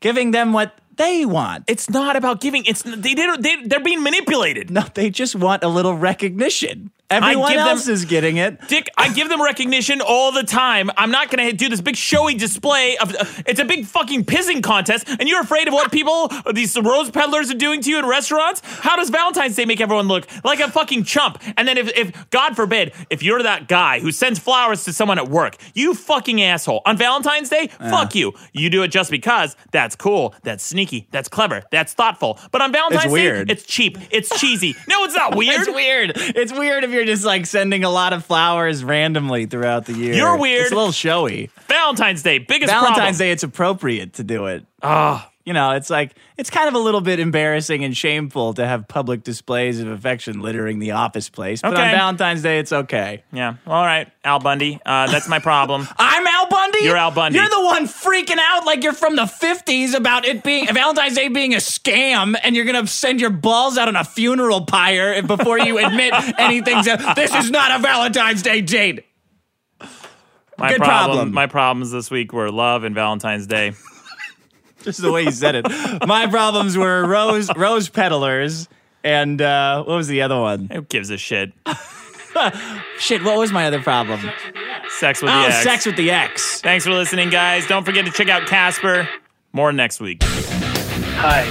S1: Giving them what they want.
S2: It's not about giving. It's they, they, they they're being manipulated.
S1: No, they just want a little recognition. Everyone
S2: give them-
S1: else is getting it.
S2: Dick, I give them recognition all the time. I'm not gonna do this big showy display of. It's a big fucking pissing contest, and you're afraid of what people, these rose peddlers, are doing to you in restaurants. How does Valentine's Day make everyone look like a fucking chump? And then, if, if God forbid, if you're that guy who sends flowers to someone at work, you fucking asshole. On Valentine's Day, fuck you. You do it just because. That's cool. That's sneaky. That's clever. That's thoughtful. But on Valentine's
S1: weird.
S2: Day, it's cheap. It's cheesy. No, it's not weird.
S1: *laughs* It's weird. It's weird if you're just like sending a lot of flowers randomly throughout the year.
S2: You're weird.
S1: It's a little showy.
S2: Valentine's Day, biggest problem.
S1: Valentine's Day, it's appropriate to do it. Oh. You know, it's like, it's kind of a little bit embarrassing and shameful to have public displays of affection littering the office place. But on
S2: Okay.
S1: Valentine's Day, it's okay.
S2: Yeah. All right, Al Bundy. Uh, that's my
S1: *laughs*
S2: problem.
S1: I'm Al Bundy.
S2: You're Al Bundy.
S1: You're the one freaking out like you're from the 50s about it being *laughs* Valentine's Day being a scam, and you're gonna send your balls out on a funeral pyre before you admit *laughs* anything. to- This is not a Valentine's Day date.
S2: My
S1: Good problem.
S2: My problems this week were love and Valentine's Day.
S1: Just the way you said it. My problems were rose rose peddlers. And uh, what was the other one?
S2: Who gives a shit?
S1: Shit, what was my other problem?
S2: Sex with
S1: Oh,
S2: the ex.
S1: sex with the ex.
S2: Thanks for listening, guys. Don't forget to check out Casper. More next week.
S7: Hi.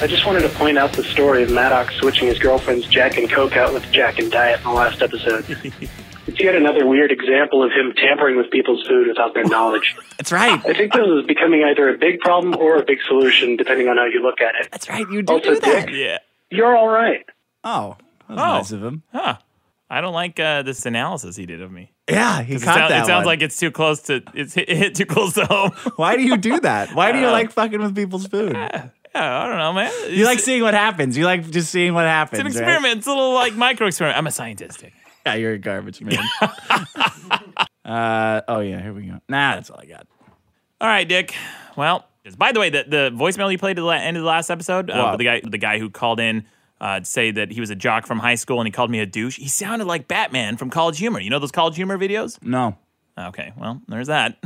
S7: I just wanted to point out the story of Maddox switching his girlfriend's Jack and Coke out with Jack and Diet in the last episode. it's yet another weird example of him tampering with people's food without their knowledge.
S1: That's right.
S7: I think this is becoming either a big problem or a big solution, depending on how you look at it.
S1: That's right. You do,
S7: Also,
S1: do that.
S7: Dick.
S2: Yeah.
S7: You're all right.
S1: Oh, that was nice of him.
S2: Huh. I don't like uh, this analysis he did of me.
S1: Yeah, he caught
S2: It, sound-
S1: that.
S2: it sounds
S1: one.
S2: like it's too close to it's hit, it hit too close to home. *laughs*
S1: Why do you do that? Why do *laughs* you like fucking with people's food?
S2: yeah, I don't know, man.
S1: You like seeing what happens. You like just seeing what happens.
S2: it's an
S1: right?
S2: experiment. It's a little like micro experiment. I'm a scientist. Dick.
S1: Yeah, you're a garbage
S2: *laughs*
S1: man. *laughs* uh, oh yeah, here we go. Nah, that's all I got.
S2: All right, Dick. Well, by the way, the, the voicemail you played at the la- end of the last episode, uh, with the guy the guy who called in uh, to say that he was a jock from high school and he called me a douche. He sounded like Batman from College Humor. You know those College Humor videos? *laughs*
S1: No.
S2: Okay, well, there's that.